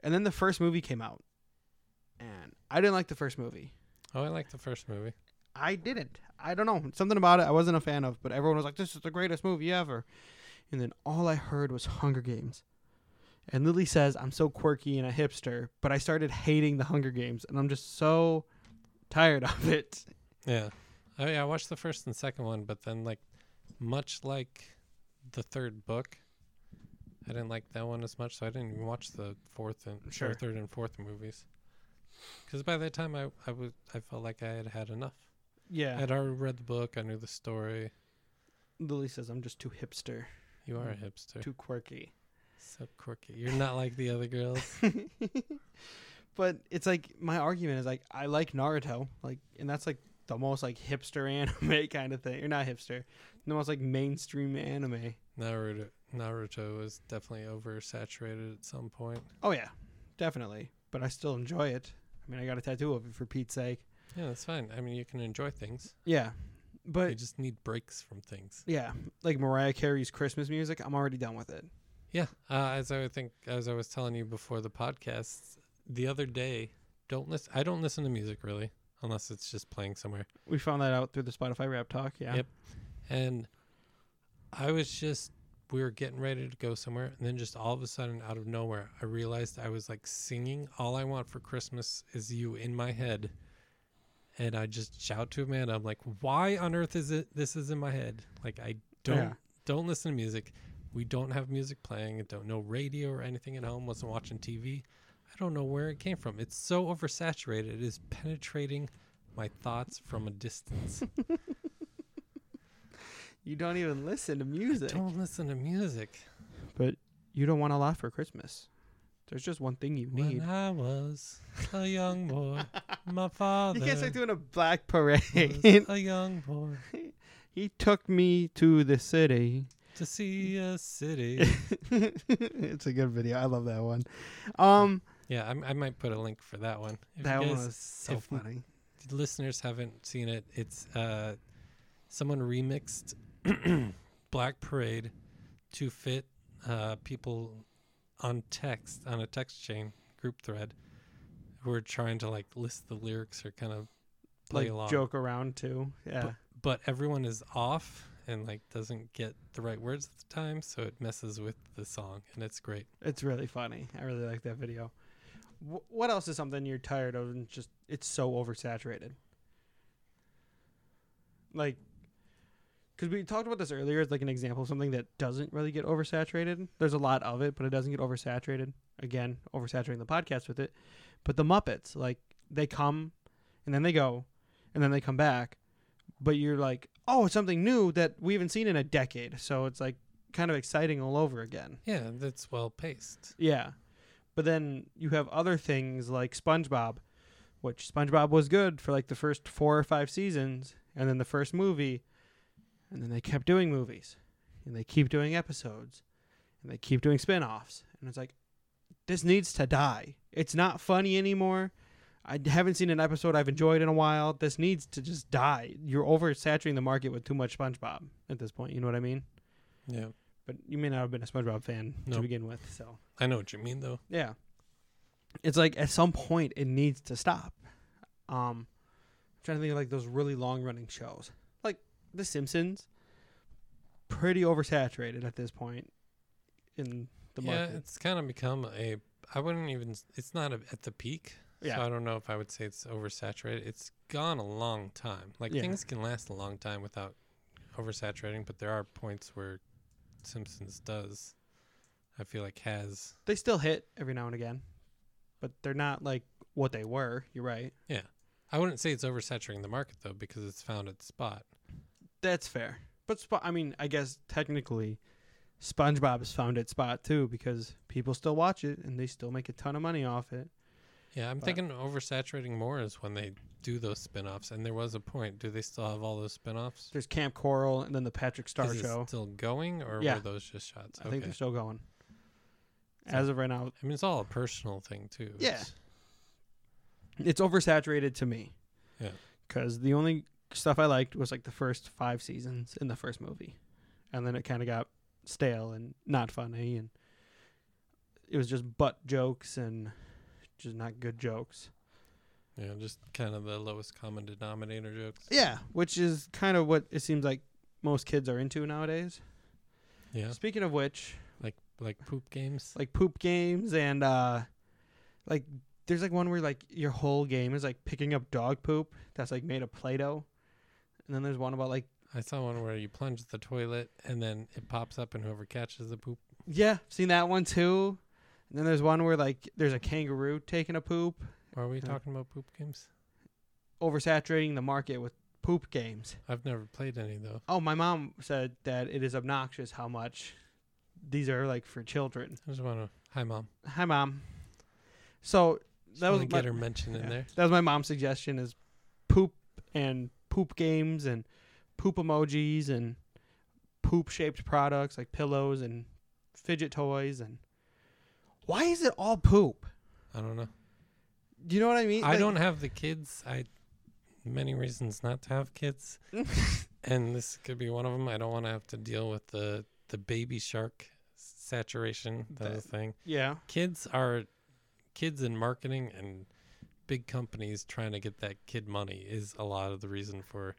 And then the first movie came out, and I didn't like the first movie.
Oh, I like the first movie.
I didn't. I don't know. Something about it I wasn't a fan of, but everyone was like, this is the greatest movie ever. And then all I heard was Hunger Games. And Lily says, I'm so quirky and a hipster, but I started hating the Hunger Games, and I'm just so tired of it.
Yeah. Oh yeah, I watched the first and second one, but then like much like the third book, I didn't like that one as much, so I didn't even watch the fourth and or
Sure.
third and fourth movies. Because by that time, I I was I felt like I had had enough. I
Yeah.
had already read the book. I knew the story.
Lily says, I'm just too hipster,
You are a hipster,
too quirky.
so quirky. You're not like the other girls.
but it's like, my argument is like, I like Naruto, like, and that's like the most like hipster anime kind of thing. Or not hipster, the most like mainstream anime.
Naruto Naruto was definitely oversaturated at some point.
Oh yeah, definitely. But I still enjoy it. I mean, I got a tattoo of it for Pete's sake.
Yeah, that's fine. I mean, you can enjoy things.
Yeah,
you
but
just need breaks from things.
yeah, like Mariah Carey's Christmas music, I'm already done with it.
Yeah, uh, as I would think, as I was telling you before the podcast, the other day, don't listen. I don't listen to music really, unless it's just playing somewhere.
We found that out through the Spotify Rap Talk. Yeah.
Yep. And I was just we were getting ready to go somewhere, and then just all of a sudden, out of nowhere, I realized I was like singing "All I Want for Christmas Is You" in my head, and I just shout to Amanda, "I'm like, why on earth is it this is in my head? Like, I don't
Yeah.
don't listen to music. We don't have music playing. I don't know radio or anything at home. Wasn't watching TV. I don't know where it came from. It's so oversaturated. It is penetrating my thoughts from a distance.
You don't even listen to music.
Don't listen to music.
But you don't want a lot for Christmas. There's just one thing you need.
When I was a young boy, my father
You can't start doing a black
was
parade.
a young boy
he took me to the city.
to see a city.
it's a good video. I love that one. Um,
yeah, I, I might put a link for that one. If you
that one
guys-
was so
if
funny.
listeners haven't seen it, it's uh, someone remixed Black Parade to fit uh, people on text on a text chain group thread who are trying to like list the lyrics or kind of play
Like
along.
joke around too. Yeah.
But everyone is off and like doesn't get the right words at the time, so it messes with the song, and it's great.
It's really funny. I really like that video. Wh- what else is something you're tired of and just it's so oversaturated? Like, because we talked about this earlier as like an example of something that doesn't really get oversaturated. There's a lot of it, but it doesn't get oversaturated. Again, oversaturating the podcast with it. But the Muppets, like, they come and then they go and then they come back. But you're like, oh, it's something new that we haven't seen in a decade. So it's like kind of exciting all over again.
Yeah, that's well paced.
Yeah. But then you have other things like SpongeBob, which SpongeBob was good for like the first four or five seasons, and then the first movie, and then they kept doing movies, and they keep doing episodes, and they keep doing spin offs. And it's like, this needs to die. It's not funny anymore. I haven't seen an episode I've enjoyed in a while. This needs to just die. You're oversaturating the market with too much SpongeBob at this point. You know what I mean?
Yeah,
But you may not have been a SpongeBob fan
No.
to begin with, so.
I know what you mean though.
Yeah. It's like at some point it needs to stop. Um I'm trying to think of like those really long running shows. Like The Simpsons. Pretty oversaturated at this point in the
yeah,
market.
it's kind of become a. I wouldn't even. s- It's not a, at the peak.
Yeah.
So I don't know if I would say it's oversaturated. It's gone a long time. Like
Yeah.
things can last a long time without oversaturating, but there are points where Simpsons does. I feel like has.
They still hit every now and again. But they're not like what they were, you're right.
I wouldn't say it's oversaturating the market though, because it's found its spot.
That's fair. But Spo- I mean, I guess technically SpongeBob has found its spot too because people still watch it and they still make a ton of money off it.
Yeah, I'm
But-
thinking oversaturating more is when they do those spin-offs and there was a point. Do they still have all those spin-offs?
There's Camp Coral and then the Patrick Star
Is it
Show.
still going or
Yeah.
were those just shots?
I think they're still going. As of right now,
I mean, it's all a personal thing too.
Yeah.
It's-
it's oversaturated to me.
Yeah.
Because the only stuff I liked was like the first five seasons in the first movie, and then it kind of got stale and not funny, and it was just butt jokes and just not good jokes.
Yeah, just kind of the lowest common denominator jokes.
Yeah, which is kind of what it seems like most kids are into nowadays.
Yeah,
Speaking of which,
like like poop games.
like poop games and uh like there's like one where like your whole game is like picking up dog poop that's like made of play-doh and then there's one about like
I saw one where you plunge the toilet and then it pops up, and whoever catches the poop.
yeah seen that one too and then there's one where like there's a kangaroo taking a poop
Are we
Yeah.
talking about poop games?
oversaturating the market with poop games
I've never played any though.
oh my mom said that it is obnoxious how much these are like for children
I just want to. Hi, mom.
hi mom so
Just
that was
wanna
my-
get her mention in
Yeah.
there.
That was my mom's suggestion: is poop and poop games and poop emojis and poop-shaped products like pillows and fidget toys and. Why is it all poop?
I don't know.
Do you know what I mean?
I
Like,
don't have the kids. I many reasons not to have kids, and this could be one of them. I don't want to have to deal with the the baby shark saturation. That,
That-
that thing.
Yeah,
kids are kids in marketing and big companies trying to get that kid money is a lot of the reason for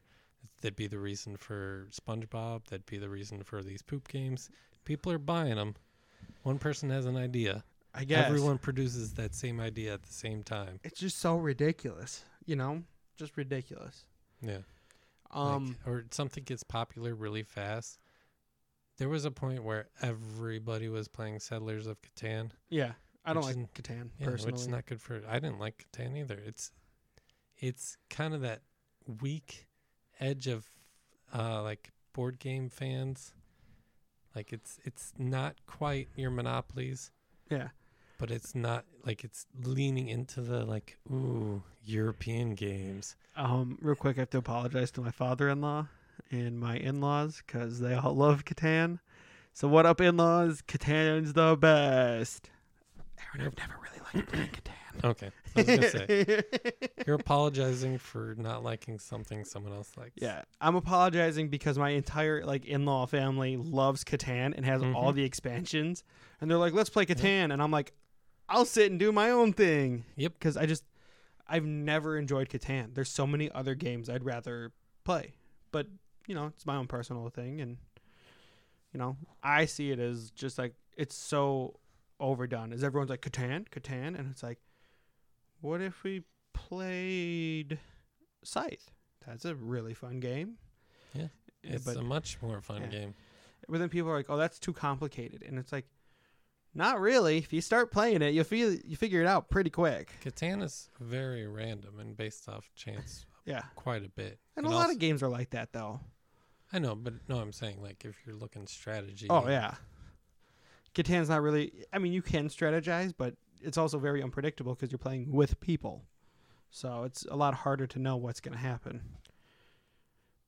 that'd be the reason for SpongeBob, that'd be the reason for these poop games. People are buying them. One person has an idea.
I guess
Everyone produces that same idea at the same time.
it's just so ridiculous. You know, just ridiculous.
Yeah. Like,
Um,
or something gets popular really fast. There was a point where everybody was playing Settlers of Catan.
yeah, I don't
which
like Catan
Yeah,
personally.
which is not good for. I didn't like Catan either. It's, it's kind of that weak edge of, uh, like board game fans. Like it's it's not quite your monopolies,
yeah,
but it's not like it's leaning into the like ooh European games.
Um, real quick, I have to apologize to my father-in-law and my in-laws because they all love Catan. So what up, in-laws? Catan's the best. Aaron, I've never really liked playing Catan.
Okay, I was gonna say you're apologizing for not liking something someone else likes.
yeah, I'm apologizing because my entire like in-law family loves Catan and has all
Mhm.
the expansions, and they're like, "Let's play Catan," and I'm like, "I'll sit and do my own thing."
Yep.
Because I just, I've never enjoyed Catan. There's so many other games I'd rather play, but you know, it's my own personal thing, and you know, I see it as just like it's so overdone. Is everyone's like Catan, Catan, and it's like, what if we played Scythe? That's a really fun game.
Yeah,
Yeah,
it's
but
a much more fun
yeah.
game.
but then people are like, "Oh, that's too complicated," and it's like, not really. If you start playing it, you feel you figure it out pretty quick.
Catan is very random and based off chance
Yeah,
quite a bit.
and
It
a lot
also-
of games are like that though.
I know, but no, I'm saying like if you're looking strategy.
Oh yeah, Catan's not really. I mean, you can strategize, but it's also very unpredictable because you're playing with people, so it's a lot harder to know what's going to happen.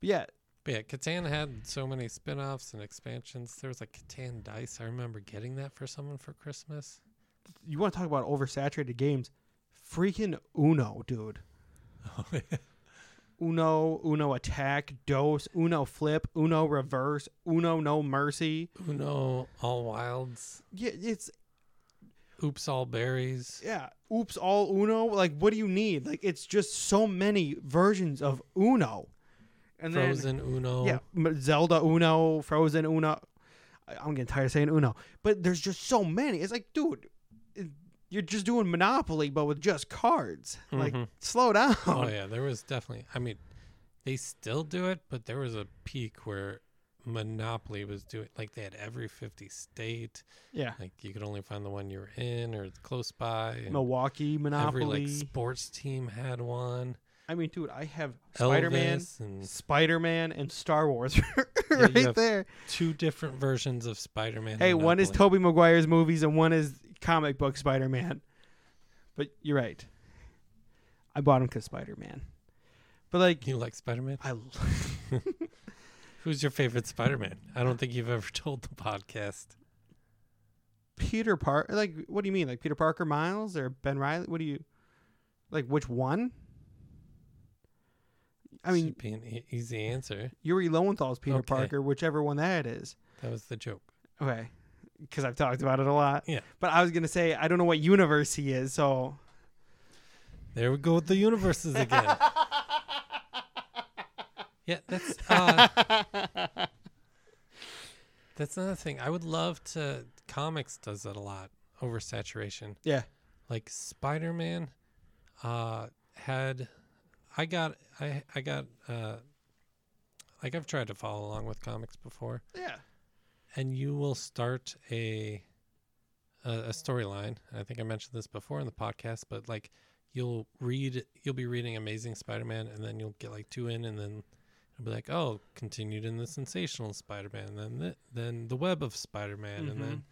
But yeah,
But yeah, Catan had so many spin offs and expansions. There was like Catan Dice. I remember getting that for someone for Christmas.
you want to talk about oversaturated games? Freaking Uno, dude.
Oh, yeah.
Uno, Uno attack, dose, Uno flip, Uno reverse, Uno no mercy.
Uno, All Wilds,
Yeah, it's
Oops, All Berries.
yeah. Oops, all Uno. Like, what do you need? Like, it's just so many versions of Uno. And
Frozen Uno.
then yeah, M- Zelda Uno, Frozen Uno. I- I'm getting tired of saying Uno, but there's just so many. It's like, dude, it- you're just doing Monopoly, but with just cards. Like,
Mhm.
slow down.
Oh yeah, there was definitely. I mean, they still do it, but there was a peak where Monopoly was doing like they had every 50 state.
yeah.
Like you could only find the one you were in or close by. and
Milwaukee Monopoly.
Every like sports team had one.
I mean, dude, I have Spider Man,
Elvis and
Spider Man and Star Wars
you
right
have-
there.
two different versions of Spider-Man.
Hey, one is
Monopoly.
Tobey Maguire's movies and one is comic book Spider Man. But you're right. I bought him because Spider Man. But like,
You like Spider-Man?
I
Who's your favorite Spider-Man? I don't think you've ever told the podcast.
Peter Parker. Like, what do you mean? Like Peter Parker, Miles, or Ben Riley? What do you like? Which one? I mean,
Should be an e- easy answer.
Yuri Lowenthal's Peter
Okay.
Parker, whichever one that is.
That was the joke.
Okay. Because I've talked about it a lot.
Yeah.
But I was going to say, I don't know what universe he is, so.
There we go with the universes again. yeah, that's uh, that's another thing. I would love to. Comics does that a lot. Oversaturation.
Yeah.
Like Spider-Man, uh, had I got I I got uh, like I've tried to follow along with comics before.
Yeah.
and you will start a a, a storyline. And I think I mentioned this before in the podcast, but like you'll read, you'll be reading Amazing Spider-Man, and then you'll get like two in, and then it'll be like, oh, continued in the Sensational Spider-Man, then th- then the Web of Spider-Man, and then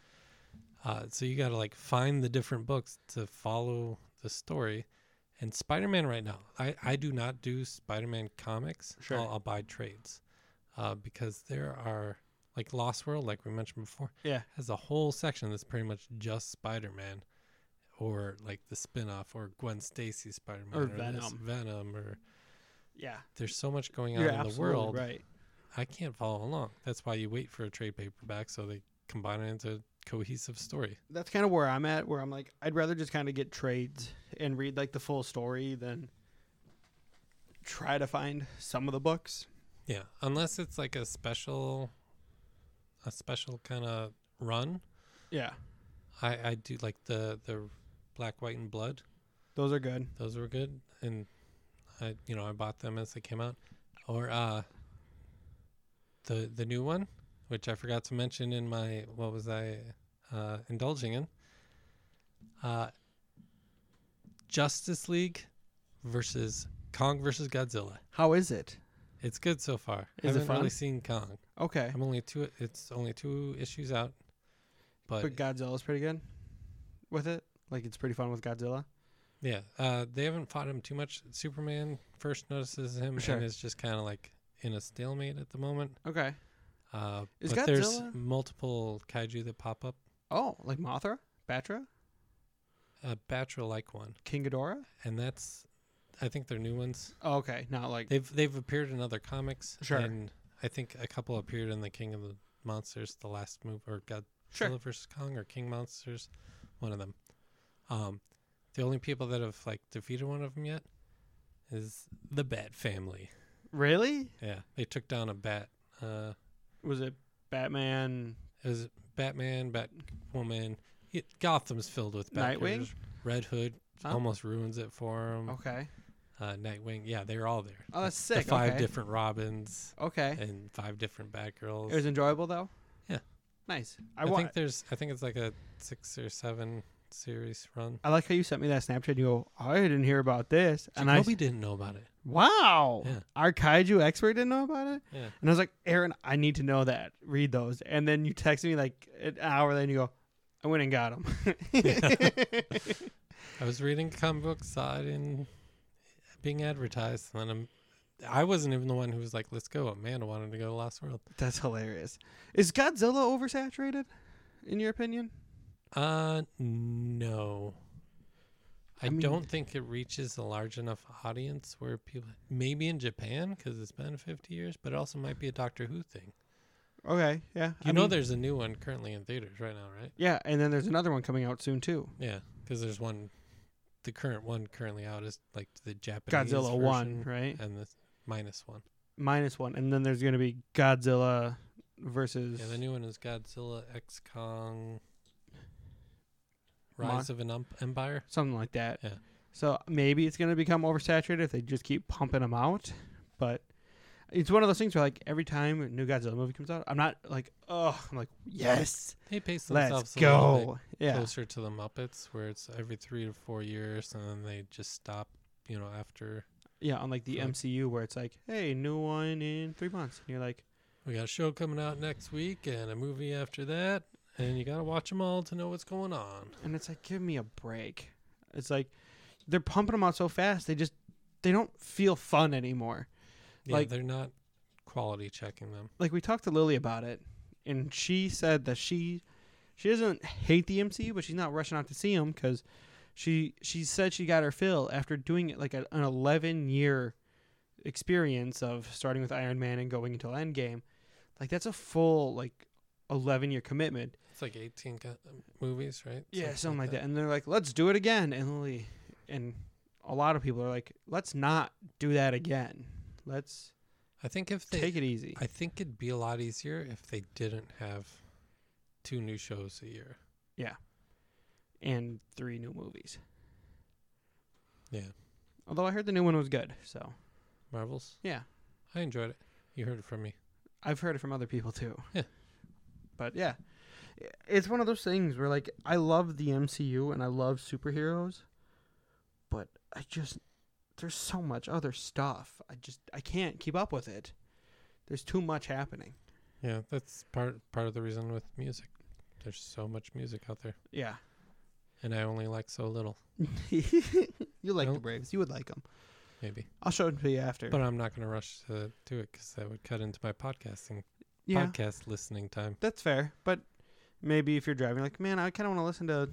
uh, so you got to like find the different books to follow the story. And Spider-Man right now, I, I do not do Spider-Man comics.
Sure.
I'll, I'll buy trades uh, because there are like Lost World, like we mentioned before,
Yeah.
has a whole section that's pretty much just Spider Man or like the spin off or Gwen Stacy Spider Man
Or Venom.
Venom or
Yeah.
there's so much going on
You're
in the
absolutely
world.
right.
I can't follow along. That's why you wait for a trade paperback so they combine it into a cohesive story.
That's kind of where I'm at, where I'm like, I'd rather just kind of get trades and read like the full story than try to find some of the books.
Yeah. Unless it's like a special a special kind of run.
Yeah,
I I do like the the black, white, and blood.
those are good.
Those were good, and I you know I bought them as they came out. Or uh, the the new one, which I forgot to mention in my what was I uh, indulging in. Uh, Justice League versus Kong versus Godzilla.
How is it?
It's good so far. I
Is it
haven't really
fun?
seen Kong.
Okay,
I'm only two. It's only two issues out, but,
but Godzilla's pretty good with it. Like it's pretty fun with Godzilla.
yeah, uh, they haven't fought him too much. Superman first notices him
Sure.
and is just kind of like in a stalemate at the moment.
Okay.
Uh,
Is
but there's
Godzilla-
multiple kaiju that pop up.
Oh, like Mothra, Batra,
A Batra like one,
King Ghidorah.
and that's I think they're new ones.
Oh, okay, not like
They've they've appeared in other comics.
Sure.
And I think a couple appeared in the King of the Monsters, the last move, or God,
Sure.
Godzilla versus Kong or King Monsters, one of them. Um, the only people that have like defeated one of them yet is the Bat Family.
really.
Yeah, they took down a bat. Uh,
Was it Batman?
it was Batman, Batwoman. It, Gotham's filled with bad
Nightwing?
characters. Red Hood
Huh?
almost ruins it for him.
Okay.
Uh, Nightwing, yeah, they're all there.
Oh, that's
Mm. The
sick.
five
okay.
different Robins
Okay.
and five different Batgirls.
It was enjoyable though.
Yeah.
Nice. I,
I,
wa-
think there's, I think it's like a six or seven series run.
I like how you sent me that Snapchat. and You go, I didn't hear about this, and I
Jacoby didn't know about it.
wow,
Yeah.
our kaiju expert didn't know about it,
Yeah.
and I was like, Aaron, I need to know that. Read those, and then you text me like an hour later, and you go, I went and got them.
I was reading comic books, saw it in being advertised, and then I'm, I wasn't even the one who was like, "Let's go." Amanda wanted to go to Lost World.
That's hilarious. Is Godzilla oversaturated, in your opinion?
Uh, no. I,
I mean-
don't think it reaches a large enough audience where people maybe in Japan because it's been 50 years, but it also might be a Doctor Who thing.
Okay, yeah.
You
I
know,
mean-
there's a new one currently in theaters right now, right?
yeah, and then there's another one coming out soon too.
Yeah, because there's one. The current one currently out is like the Japanese
Godzilla
version
one, right?
and the minus one.
Minus one, and then there's gonna be Godzilla versus
Yeah, the new one is Godzilla X Kong Rise of an um- Empire.
something like that.
Yeah.
So maybe it's going to become oversaturated if they just keep pumping them out. But it's one of those things where, like, every time a new Godzilla movie comes out, I'm not like, oh, I'm like, yes,
They pace themselves
let's
a little
go.
bit
Yeah.
closer to the Muppets, where it's every three to four years, and then they just stop. You know, after
Yeah. Unlike the
Like-
MCU where it's like, hey, new one in three months. And you're like,
we got a show coming out next week and a movie after that, and you gotta watch them all to know what's going on.
and it's like, give me a break. It's like, they're pumping them out so fast, they just, they don't feel fun anymore.
Yeah,
Like-
they're not quality checking them.
like we talked to Lily about it, and she said that she she doesn't hate the MCU, but she's not rushing out to see him because she she said she got her fill after doing it like a, an eleven year experience of starting with Iron Man and going until Endgame. Like that's a full like eleven year commitment.
It's like 18 co- movies, right?
Yeah, something like that. And they're like, let's do it again, and Lily and a lot of people are like, let's not do that again. Let's
I think if they
take it e-, easy.
I think it'd be a lot easier if they didn't have two new shows a year.
and three new movies.
Yeah.
Although I heard the new one was good, so
Marvels.
yeah,
I enjoyed it. You heard it from me.
I've heard it from other people too.
Yeah.
But yeah, I- it's one of those things where like I love the MCU and I love superheroes, but I just there's so much other stuff. I just I can't keep up with it. There's too much happening.
Yeah, that's part part of the reason with music. There's so much music out there,
Yeah.
and I only like so little.
you like the
Nope.
Braves. You would like them.
Maybe,
I'll show it to you after.
but I'm not going to rush to do it because that would cut into my podcasting
yeah.
podcast listening time.
That's fair, but maybe if you're driving, like, man, I kind of want to listen to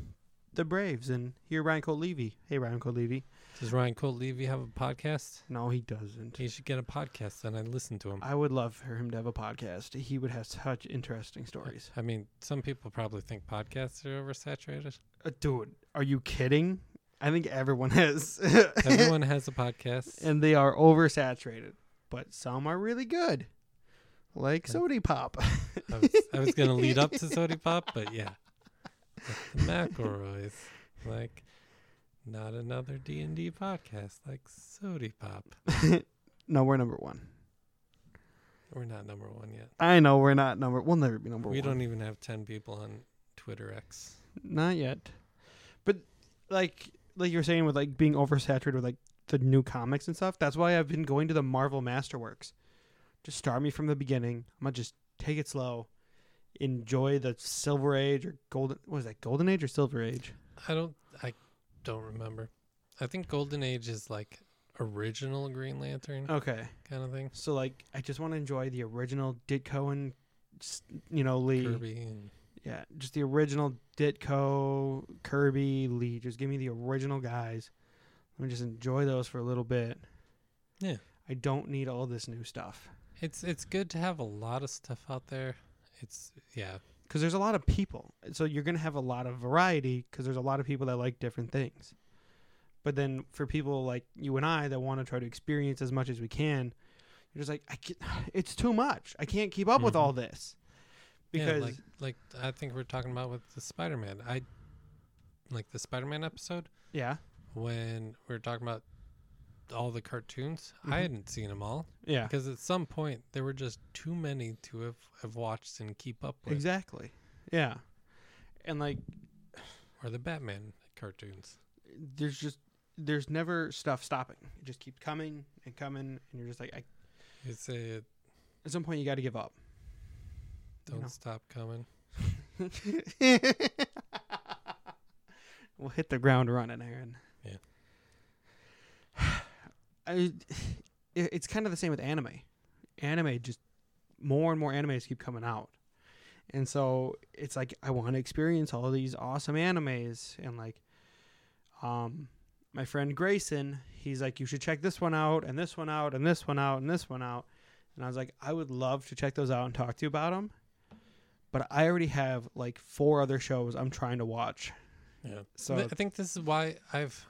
the Braves and hear Ryan Cole Levy. Hey, Ryan Cole Levy.
Does Ryan Cole Levy have a podcast?
No, he doesn't.
He should get a podcast, and I'd listen to him.
I would love for him to have a podcast. He would have such interesting stories.
I mean, some people probably think podcasts are oversaturated.
Uh, dude, are you kidding? I think everyone has,
Everyone has a podcast.
and they are oversaturated, but some are really good. like Sody Pop.
I was, I was gonna lead up to Sody Pop, but yeah, Like the McElroys, like not another D and D podcast, like Sody Pop.
no, we're number one.
We're not number one yet.
I know we're not number. We'll never be number
we
one.
don't even have ten people on Twitter X.
Not yet. But like like you were saying with like being oversaturated with like the new comics and stuff, that's why I've been going to the Marvel Masterworks. Just start me from the beginning. I'm gonna just take it slow. Enjoy the silver age or golden what is that, golden age or silver age?
I don't. I don't remember. I think Golden Age is like original Green Lantern
Okay.
kind of thing.
So like I just wanna enjoy the original Ditko and s- you know, Lee.
Kirby and
Yeah, just the original Ditko, Kirby, Lee. Just give me the original guys. Let me just enjoy those for a little bit.
Yeah.
I don't need all this new stuff
It's it's good to have a lot of stuff out there. It's yeah,
because there's a lot of people. So you're going to have a lot of variety because there's a lot of people that like different things. But then for people like you and I that want to try to experience as much as we can, you're just like, I can it's too much. I can't keep up with
Mhm.
all this. Because,
yeah, like like I think we're talking about with the Spider Man. I like the Spider Man episode
yeah,
when we were talking about all the cartoons. I
Mhm.
hadn't seen them all
yeah,
because at some point there were just too many to have, have watched and keep up with.
exactly. Yeah. And like,
Or the Batman cartoons.
there's just there's never stuff stopping. It just keeps coming and coming, and you're just like, I,
It's a
at some point you got to give up.
don't
know.
stop coming.
we'll hit the ground running, Aaron.
Yeah.
I, it, it's kind of the same with anime. Anime just more and more animes keep coming out, and so it's like I want to experience all these awesome animes, and like, um, my friend Grayson, he's like, you should check this one out, and this one out, and this one out, and this one out, and I was like, I would love to check those out and talk to you about them, but I already have like four other shows I'm trying to watch.
Yeah.
So
Th- I think this is why I've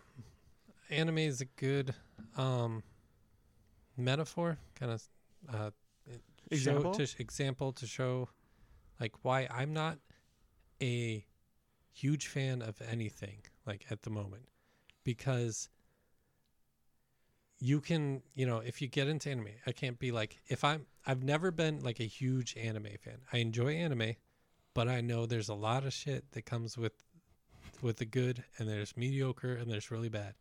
anime is a good um metaphor kind of uh
Example?
show to sh- example to show like why I'm not a huge fan of anything like at the moment because you can you know if you get into anime I can't be like if I'm I've never been like a huge anime fan I enjoy anime but I know there's a lot of shit that comes with with the good and there's mediocre and there's really bad.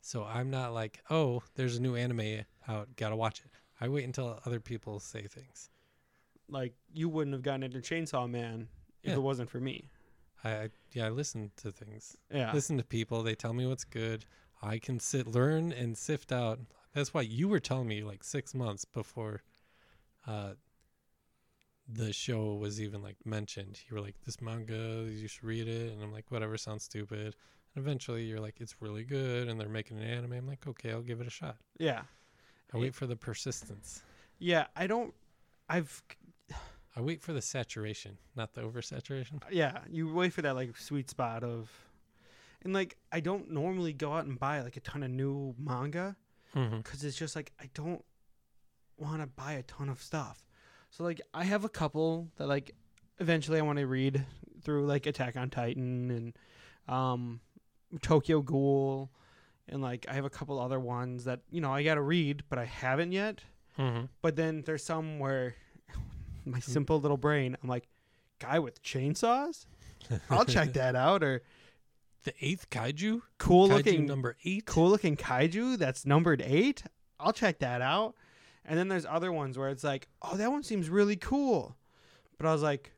So I'm not like, oh, there's a new anime out, gotta watch it. I wait until other people say things.
like you wouldn't have gotten into Chainsaw Man if
Yeah.
it wasn't for me.
I I- yeah, I listen to things.
Yeah.
Listen to people. They tell me what's good. I can sit learn and sift out. That's why you were telling me like six months before uh the show was even like mentioned. You were like, This manga, you should read it and I'm like, whatever sounds stupid. And eventually you're like, It's really good and they're making an anime. I'm like, Okay, I'll give it a shot.
yeah.
I wait for the persistence.
Yeah, I don't I've
I wait for the saturation, not the oversaturation.
yeah, you wait for that like sweet spot of and like I don't normally go out and buy like a ton of new manga
Mm-hmm.
cuz it's just like I don't want to buy a ton of stuff. So like I have a couple that like eventually I want to read through like Attack on Titan and um Tokyo Ghoul and like I have a couple other ones that you know I got to read but I haven't yet.
Mm-hmm.
But then there's some where my simple little brain, I'm like, guy with chainsaws? I'll check that out. Or
The eighth kaiju,
cool
kaiju
looking
number eight.
cool looking kaiju that's numbered eight. I'll check that out. And then there's other ones where it's like, oh, that one seems really cool. But I was like,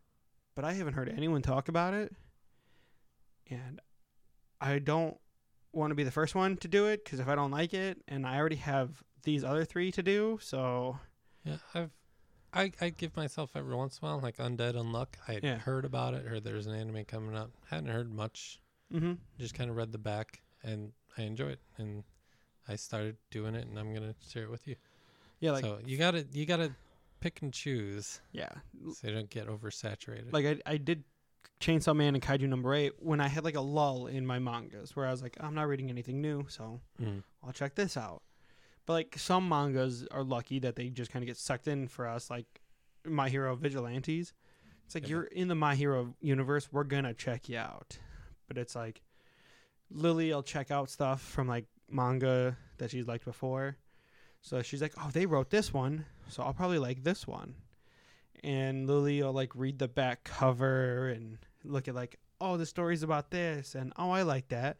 but I haven't heard anyone talk about it. And I don't want to be the first one to do it because if I don't like it, and I already have these other three to do, so
Yeah, I've I, I give myself every once in a while like Undead Unluck. I had
Yeah.
heard about it, heard there's an anime coming up. Hadn't heard much.
mm-hmm.
Just kind of read the back and I enjoy it and I started doing it and I'm gonna share it with you.
yeah, like
so you gotta you gotta pick and choose
Yeah.
so you don't get oversaturated.
Like I, I did Chainsaw Man and Kaiju number eight when I had like a lull in my mangas where I was like, I'm not reading anything new, so
Mm.
I'll check this out. But like some mangas are lucky that they just kind of get sucked in for us. Like My Hero Vigilantes. It's like
Yeah.
you're in the My Hero universe. We're gonna check you out, but it's like Lily will check out stuff from like manga that she's liked before. So she's like, "Oh, they wrote this one, so I'll probably like this one." And Lily will like read the back cover and look at like, "Oh, the story's about this," and "Oh, I like that."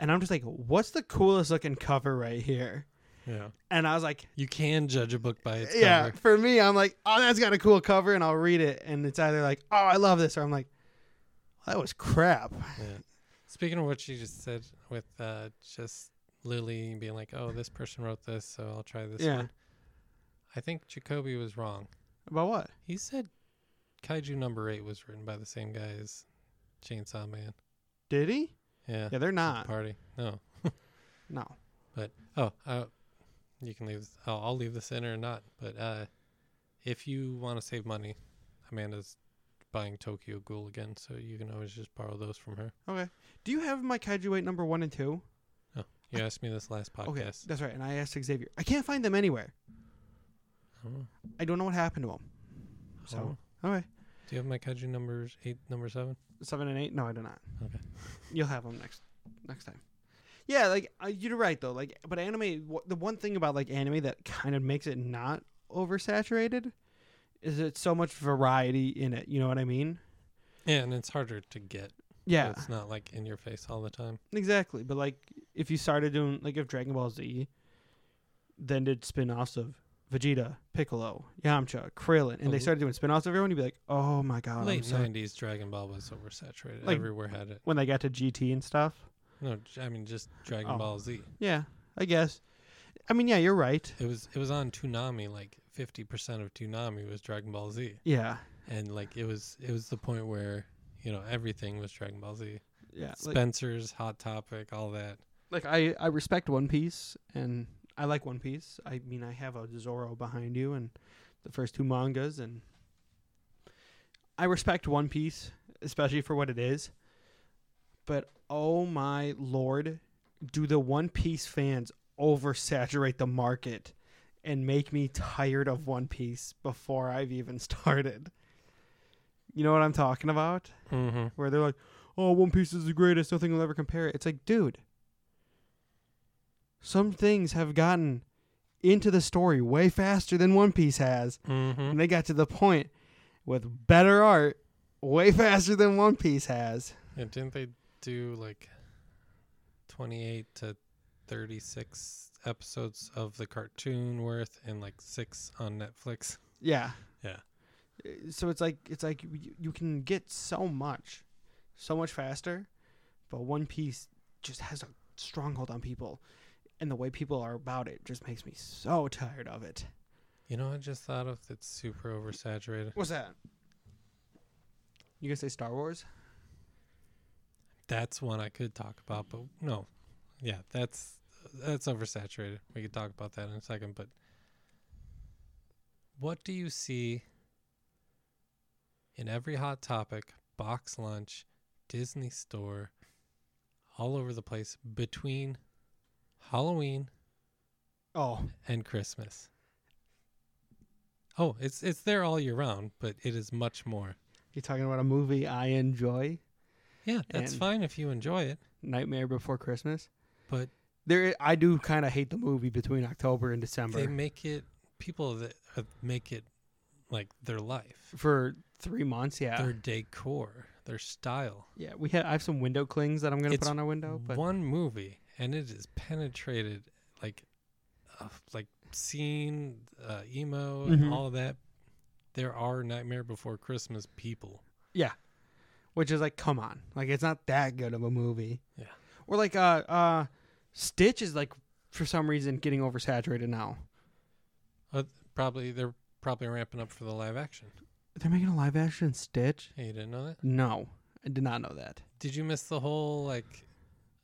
And I'm just like, "What's the coolest looking cover right here?"
Yeah.
And I was like,
You can judge a book by its
yeah,
cover.
for me, I'm like, oh, that's got a cool cover, and I'll read it, and it's either like, oh, I love this, or I'm like, that was crap.
Yeah. Speaking of what you just said with uh, just Lily being like, "Oh, this person wrote this, so I'll try this
Yeah.
one." I think Jacoby was wrong.
About what?
He said Kaiju Number Eight was written by the same guy as Chainsaw Man.
Did he?
Yeah.
Yeah, they're not.
Party. No.
No.
But oh, uh, you can leave. this- I'll, I'll leave this in or not. But uh, if you want to save money, Amanda's buying Tokyo Ghoul again, so you can always just borrow those from her.
Okay. Do you have my Kaiju Eight number one and two?
You asked me this last podcast.
Okay, that's right. And I asked Xavier. I can't find them anywhere.
I don't know.
I don't know what happened to them.
I
So
don't know.
okay,
Do you have my kaiju numbers eight, number seven?
seven and eight. No, I do not.
Okay.
You'll have them next next time. Yeah, like uh, you're right though. Like, but anime. wha- the one thing about like anime that kind of makes it not oversaturated is it's so much variety in it. You know what I mean?
Yeah, and it's harder to get.
Yeah,
It's not like in your face all the time.
exactly. But like, if you started doing like if Dragon Ball Z, then did spin-offs of Vegeta, Piccolo, Yamcha, Krillin, and they
Oh.
started doing spin-offs of everyone. You'd be like, oh my god, I'm
Late
so-
90s Dragon Ball was oversaturated.
Like-
Everywhere had it.
when they got to GT and stuff.
No, j- I mean just Dragon
Oh.
Ball Z.
Yeah, I guess. I mean, yeah, you're right.
It was it was on Toonami like 50% of Toonami was Dragon Ball Z.
Yeah,
And like it was it was the point where, you know, everything was Dragon Ball Z.
yeah. Like,
Spencer's, Hot Topic, all that.
like I, I respect One Piece and I like One Piece. I mean, I have a Zoro behind you and the first two mangas, and I respect One Piece, especially for what it is. But oh my lord, do the One Piece fans oversaturate the market and make me tired of One Piece before I've even started? You know what I'm talking about?
Mhm.
where they're like, "Oh, One Piece is the greatest. Nothing will ever compare it." It's like, dude, some things have gotten into the story way faster than One Piece has, and
Mhm.
they got to the point with better art way faster than One Piece has.
Yeah, didn't they do like 28 to 36 episodes of the cartoon worth and like six on Netflix?
Yeah.
Yeah.
Uh, So it's like it's like you, you can get so much, so much faster, but One Piece just has a stronghold on people, and the way people are about it just makes me so tired of it.
You know, what I just thought of that's super oversaturated.
What's that? You gonna say Star Wars?
That's one I could talk about, but no. Yeah, that's that's oversaturated. We could talk about that in a second, but what do you see in every hot topic, box lunch, Disney store, all over the place between Halloween
Oh,
and Christmas? Oh, it's it's there all year round, but it is much more.
you talking about a movie I enjoy,
Yeah, that's
And-
fine if you enjoy it,
Nightmare Before Christmas?
but
There, I do kind of hate the movie between October and
they
December
make it people that uh, make it like their life
for three months. Yeah,
their decor their style
yeah. We had I have some window clings that I'm gonna
It's
put on our window, but
one movie and it is penetrated like uh, like scene uh, emo
Mhm.
and all that there are nightmare before christmas people
which is like, come on, like it's not that good of a movie.
Yeah.
Or like, uh, uh, Stitch is like for some reason getting oversaturated now.
probably they're probably ramping up for the live action
They're making a live action Stitch.
hey you didn't know that
No, I did not know that.
did you miss the whole like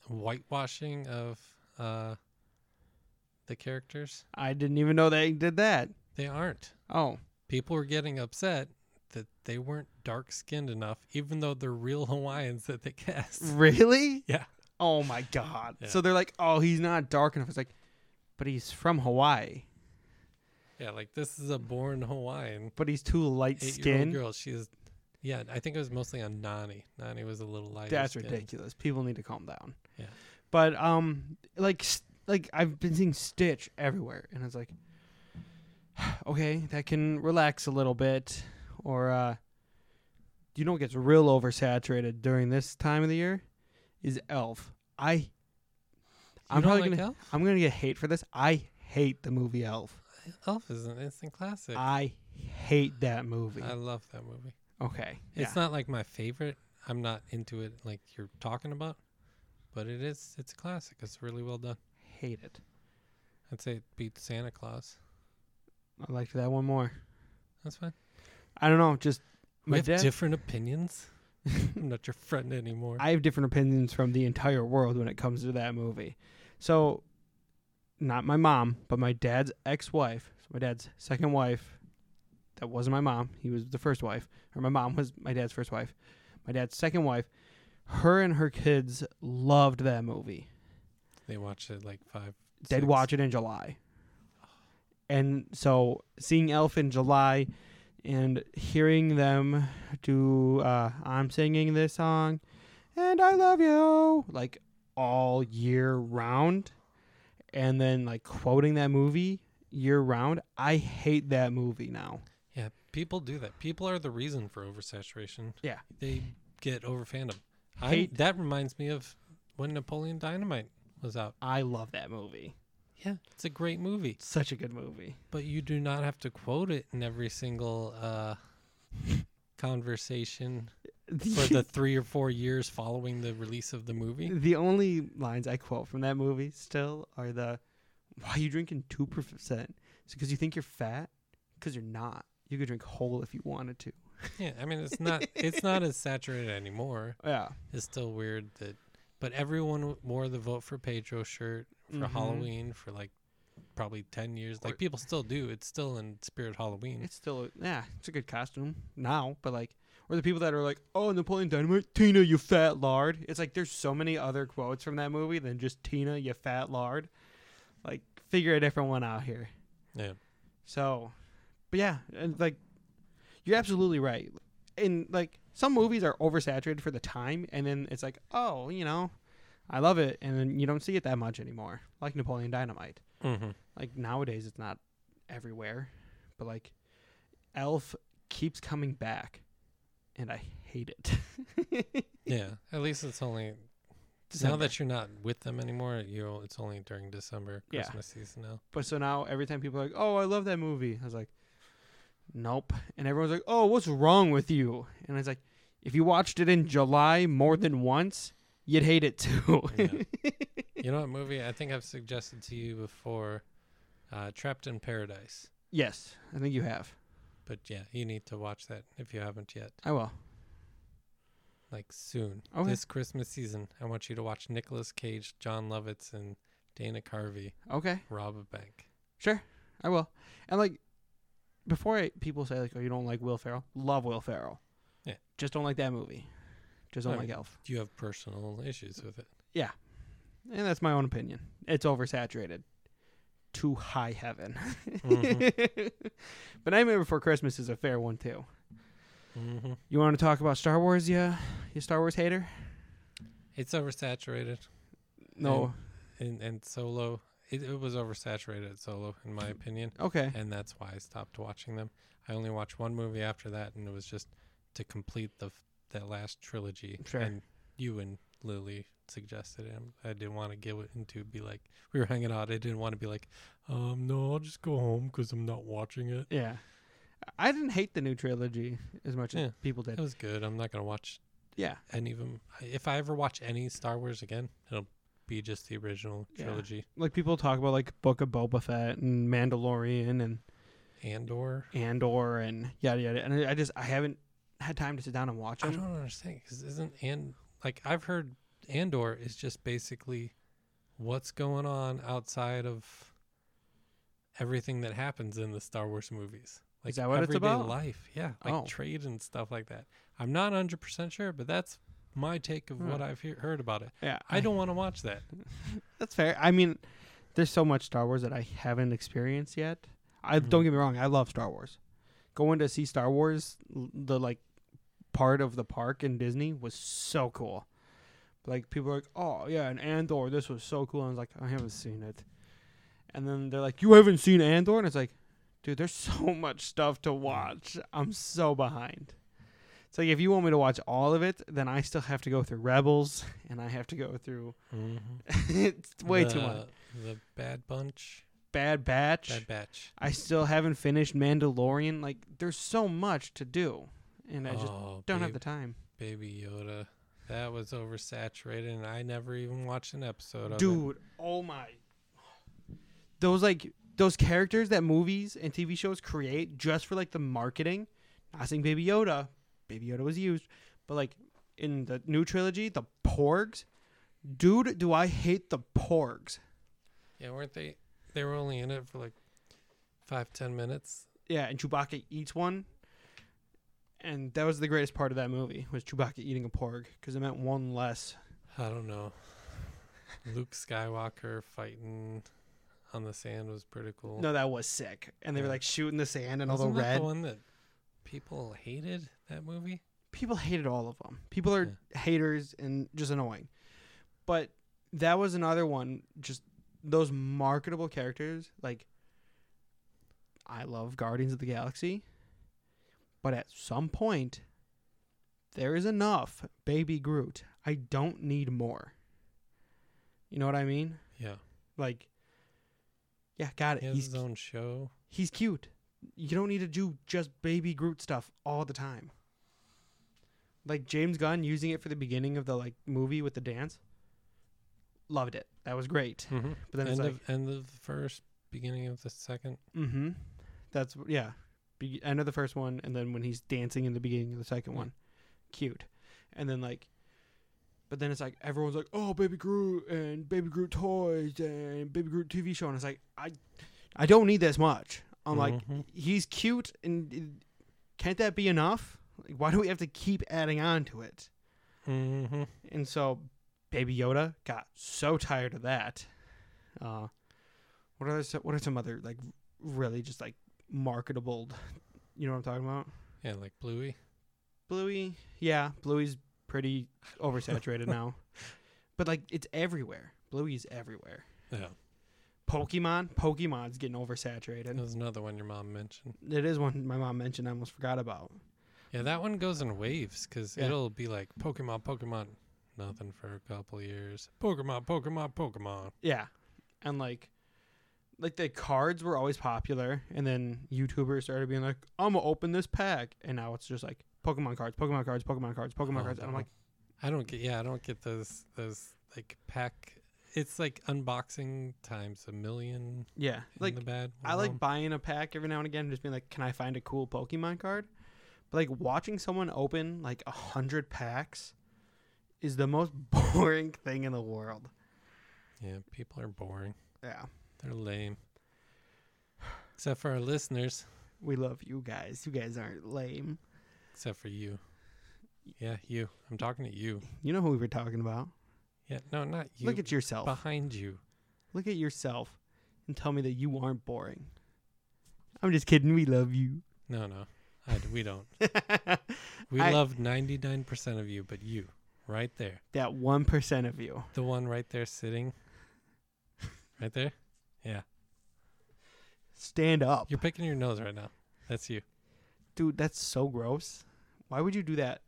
whitewashing of uh the characters
I didn't even know they did that.
they aren't
Oh,
people were getting upset that they weren't dark skinned enough, even though they're real Hawaiians that they cast.
Mm. Really?
Yeah.
Oh my god.
Yeah.
So they're like, oh, he's not dark enough. It's like, but he's from Hawaii.
Yeah, like this is a born Hawaiian
But he's too light
eight year old
skinned.
girl. She is, yeah, I think it was mostly on Nani. Nani was a little lighter.
That's
skinned.
ridiculous. People need to calm down.
Yeah.
But um, like s- like I've been seeing Stitch everywhere, and it's like, okay, that can relax a little bit. Or uh, you know what gets real oversaturated during this time of the year is Elf. I I'm
You don't
probably
like
gonna
Elf?
I'm gonna get hate for this. I hate the movie Elf.
Elf is an instant classic. I,
I hate that movie.
love that movie.
okay,
It's not like my favorite. I'm not into it like you're talking about, but it is. It's a classic. It's really well done.
hate it.
I'd say it beats Santa Claus.
I liked that one more.
That's fine.
I don't know. Just
We
my
have
dad.
different opinions. I'm not your friend anymore.
I have different opinions from the entire world when it comes to that movie. So, not my mom, but my dad's ex-wife, so my dad's second wife, that wasn't my mom. He was the first wife, or my mom was my dad's first wife. My dad's second wife, her and her kids loved that movie.
they watched it like five.
They'd
six.
watch it in July, and so seeing Elf in July, and hearing them do uh, I'm singing this song and I love you like all year round and then like quoting that movie year round I hate that movie now
Yeah, people do that. People are the reason for oversaturation.
Yeah.
They get over fandom. I,
Hate-
that reminds me of when Napoleon Dynamite was out.
I love that movie
Yeah, it's a great movie,
such a good movie
but you do not have to quote it in every single uh, conversation for the three or four years following the release of the movie.
the only lines I quote from that movie still are the why are you drinking 2% it's because you think you're fat because you're not you could drink whole if you wanted to
Yeah, I mean it's not it's not as saturated anymore.
yeah
It's still weird that, but everyone w- wore the vote for Pedro shirt for
Mhm.
Halloween for like probably ten years. Like
Or-
people still do. It's still in spirit Halloween.
It's still yeah, it's a good costume now, but like or the people that are like, "Oh, Napoleon Dynamite, Tina, you fat lard." It's like there's so many other quotes from that movie than just "Tina, you fat lard." Like figure a different one out here.
Yeah.
So, but yeah, and like you're absolutely right. And like some movies are oversaturated for the time and then it's like, "Oh, you know, I love it." And then you don't see it that much anymore, like Napoleon Dynamite
Mm-hmm.
like nowadays it's not everywhere but like elf keeps coming back and i hate it
Yeah. At least it's only
December.
now that you're not with them anymore. You it's only during December
Yeah.
Christmas season now.
but so now every time people are like oh i love that movie i was like nope and everyone's like oh what's wrong with you and i was like if you watched it in july more than once you'd hate it too
Yeah. you know what movie I think I've suggested to you before? Uh, Trapped in Paradise.
yes i think you have
But yeah, you need to watch that if you haven't yet.
i will
like soon.
Okay.
This Christmas season, I want you to watch Nicolas Cage, John Lovitz, and Dana Carvey
okay
rob a bank.
Sure, I will. And like before, I, people say like, "Oh, you don't like Will Ferrell." Love Will Ferrell.
Yeah.
Just don't like that movie. Just don't
I
like
mean-
Elf.
You have personal issues with it.
And that's my own opinion. It's oversaturated. To high heaven.
Mm-hmm.
but Nightmare Before Christmas is a fair one too.
hmm
You want to talk about Star Wars? Yeah, you Star Wars hater?
It's oversaturated,
No.
and and Solo, it, it was oversaturated at Solo, in my opinion,
okay.
and that's why I stopped watching them. I only watched one movie after that, and it was just to complete the f- that last trilogy.
Sure.
And you and Lily suggested it. and I didn't want to give it into be like we were hanging out. I didn't want to be like, um, no, I'll just go home because I'm not watching it.
Yeah. I didn't hate the new trilogy as much
Yeah.
as people
It
did.
was good. I'm not gonna watch
Yeah.
any of them. If I ever watch any Star Wars again, it'll be just the original
Yeah.
trilogy
Like people talk about like Book of Boba Fett and Mandalorian and
and or.
Andor and yada yada. And I I just I haven't had time to sit down and watch
I
them.
don't understand because isn't and like I've heard Andor is just basically what's going on outside of everything that happens in the Star Wars movies. Like
that what it's
everyday
about?
life, yeah, like
Oh.
trade and stuff like that. I'm not 100 percent sure, but that's my take of what
Huh.
I've hear heard about it.
Yeah,
I don't want to watch that.
That's fair. I mean, there's so much Star Wars that I haven't experienced yet. I
Mhm.
don't get me wrong, I love Star Wars. Going to see Star Wars, l- the like part of the park in Disney was so cool. Like people are like, oh yeah, and Andor, this was so cool. And I was like, I haven't seen it. And then they're like, you haven't seen Andor, and it's like, dude, there's so much stuff to watch. I'm so behind. It's like if you want me to watch all of it, then I still have to go through Rebels, and I have to go through.
hmm
it's Mm-hmm. way too much.
The Bad Bunch,
Bad Batch.
Bad Batch.
I still haven't finished Mandalorian. Like, there's so much to do, and I just
oh,
don't have
baby,
the time.
Baby Yoda. That was oversaturated, and I never even watched an episode of it.
Dude, oh my! Those like those characters that movies and TV shows create just for like the marketing. Not saying Baby Yoda, Baby Yoda was used, but like in the new trilogy, the Porgs. Dude, do I hate the Porgs?
Yeah, weren't they? They were only in it for like five, ten minutes.
Yeah, and Chewbacca eats one. And that was the greatest part of that movie was Chewbacca eating a porg because it meant one less
I don't know. Luke Skywalker fighting on the sand was pretty cool.
No, that was sick. And they were
Yeah.
like shooting the sand and all the
Wasn't that
red.
the one that people hated that movie.
People hated all of them. People are haters and just annoying. But that was another one. Just those marketable characters. Like, I love Guardians of the Galaxy. But at some point, there is enough Baby Groot. I don't need more. You know what I mean?
Yeah,
Like, yeah, got it.
he has
He's
his own show.
he's cute. You don't need to do just baby Groot stuff all the time. Like James Gunn using it for the beginning of the like movie with the dance. Loved it. That was great. But then
end
it's
of end of the first, beginning of the second.
like, mm-hmm. That's yeah. Be- end of the first one, and then when he's dancing in the beginning of the second
Mm.
one, cute. And then like, but then it's like everyone's like, oh, Baby Groot and Baby Groot toys and Baby Groot TV show, and it's like I, I don't need this much. I'm like,
Mhm.
he's cute and and can't that be enough like, why do we have to keep adding on to it
Mhm.
and so baby yoda got so tired of that uh what are some, what are some other like really just like marketable you know what i'm talking about
yeah, like Bluey.
bluey yeah bluey's pretty oversaturated now but like it's everywhere bluey's everywhere
Yeah,
pokemon pokemon's getting oversaturated
that was another one your mom mentioned.
it is one my mom mentioned i almost forgot about
Yeah, that one goes in waves because
Yeah.
it'll be like Pokemon, Pokemon, nothing for a couple years. Pokemon, Pokemon, Pokemon.
Yeah. And like like the cards were always popular and then YouTubers started being like, I'm gonna open this pack and now it's just like Pokemon cards, Pokemon cards, Pokemon cards, Pokemon
Oh,
cards. And I'm
no.
like,
I don't get. Yeah, I don't get those those like pack. It's like unboxing times a million.
Yeah.
Like
Like
in the bad.
I like
realm.
buying a pack every now and again and just being like, Can I find a cool Pokemon card? But like watching someone open like a hundred packs is the most boring thing in the world.
Yeah, people are boring.
Yeah.
They're lame. Except for our listeners.
We love you guys. You guys aren't lame.
Except for you. Yeah, you. I'm talking to you.
You know who we were talking about.
Yeah, no, not you.
Look at yourself.
behind you.
Look at yourself and tell me that you aren't boring. I'm just kidding. We love you.
No, no, I d we don't.
that
We
I-
love 99% of you, but you, right there,
1% of you.
the one right there sitting, right there. Yeah,
Stand up.
you're picking your nose right now. That's you.
Dude, that's so gross. Why would you do that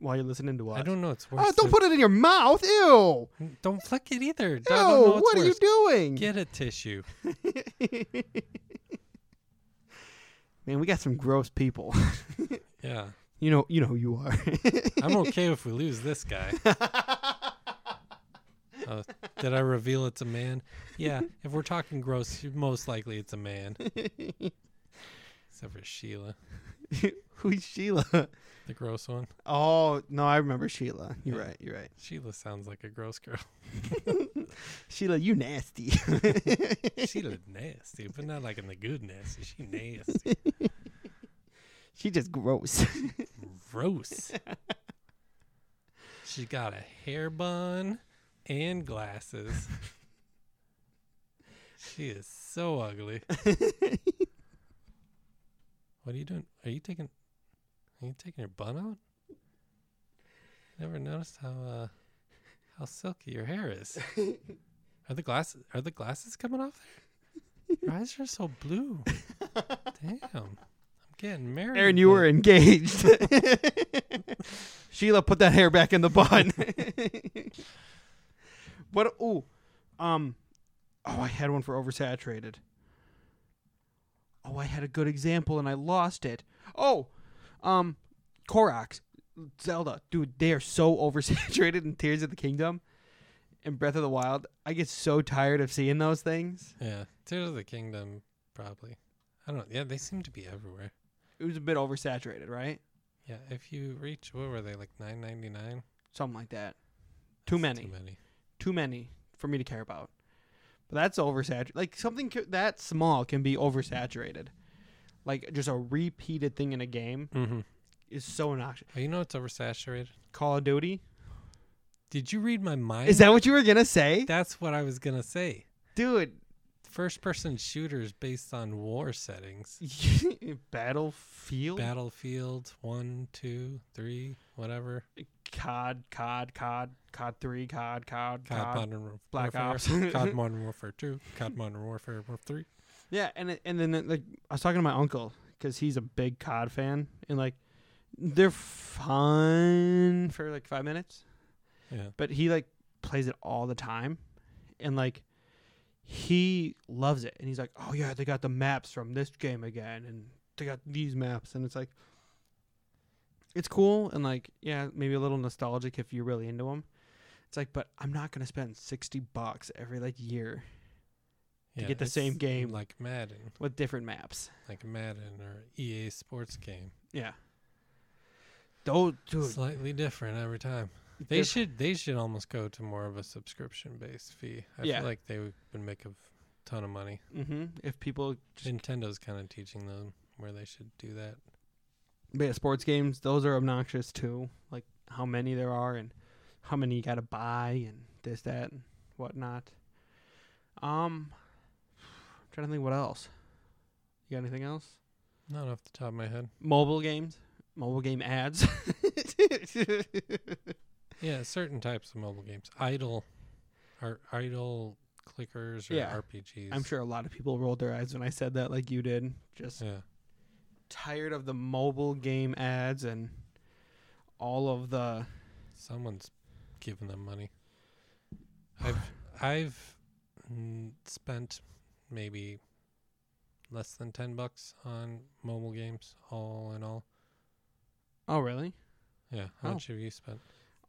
while you're listening to us?
I don't know. It's worse.
oh, don't put it in your mouth. Ew.
put. Don't flick it either.
Ew.
I don't know what's
What are you
worse.
doing?
Get a tissue.
Man, we got some gross people.
Yeah,
You know, you know who you are.
I'm okay if we lose this guy. Uh, did I reveal it's a man? Yeah. If we're talking gross, most likely it's a man. Except for Sheila,
Who's Sheila?
the gross one.
Oh no, I remember Sheila. You're
Yeah.
right. You're right.
Sheila sounds like a gross girl.
Sheila, you nasty.
She looked nasty, but not like in the good nasty. She nasty.
she just gross.
Gross. She got a hair bun and glasses. She is so ugly. What are you doing? Are you taking? Are you taking your bun out? Never noticed how uh, how silky your hair is. are the glasses? Are the glasses coming off there? Your eyes are so blue. Damn, I'm getting married.
Aaron, you
but-
were engaged. Sheila, put that hair back in the bun. what? Oh, um, oh, I had one for oversaturated. Oh, I had a good example and I lost it. Oh, um, Koroks, Zelda, dude, they are so oversaturated in Tears of the Kingdom and Breath of the Wild. I get so tired of seeing those things.
Yeah, Tears of the Kingdom, probably. I don't. Yeah, they seem to be everywhere.
It was a bit oversaturated, right?
Yeah, if you reach, what were they like nine ninety nine?
Something like that. Too many.
Too many.
too many for me to care about. But that's oversaturated. Like something ca- that small can be oversaturated. Like just a repeated thing in a game
Mm-hmm.
is so obnoxious.
Oh, you know it's oversaturated.
Call of Duty.
Did you read my mind?
Is that what you were gonna say,
That's what I was gonna say.
dude?
First-person shooters based on war settings.
Battlefield,
Battlefield one, two, three, whatever.
COD, COD, COD, COD three, COD, COD,
COD,
COD.
Modern War-
Black
Warfare,
Ops.
COD Modern Warfare two, COD Modern Warfare War three.
Yeah, and it- and then uh, like I was talking to my uncle because he's a big COD fan, and like they're fun for like five minutes,
Yeah.
but he like plays it all the time and like he loves it and he's like oh yeah they got the maps from this game again and they got these maps and it's like it's cool and like yeah maybe a little nostalgic if you're really into them it's like but i'm not gonna spend 60 bucks every like year
yeah,
get the
it's
same game.
like Madden,
with different maps
like Madden or EA Sports game.
yeah those dude
Slightly different every time. They
they're-
should they should almost go to more of a subscription based fee. I
Yeah.
feel like they would would make a f- ton of money.
mhm, if people just
Nintendo's kind of teaching them where they should do that.
But yeah, sports games, those are obnoxious too. Like how many there are and how many you gotta buy and this, that, and whatnot. Um trying to think what else. You got anything else?
Not off the top of my head.
Mobile games. Mobile game ads.
Yeah, certain types of mobile games. Idle are idle clickers or
Yeah.
RPGs.
I'm sure a lot of people rolled their eyes when I said that like you did. Just
Yeah.
tired of the mobile game ads and all of the
Someone's giving them money. I've I've mm, spent maybe less than 10 bucks on mobile games all in all.
Oh really?
Yeah, how
Oh.
much have you spent?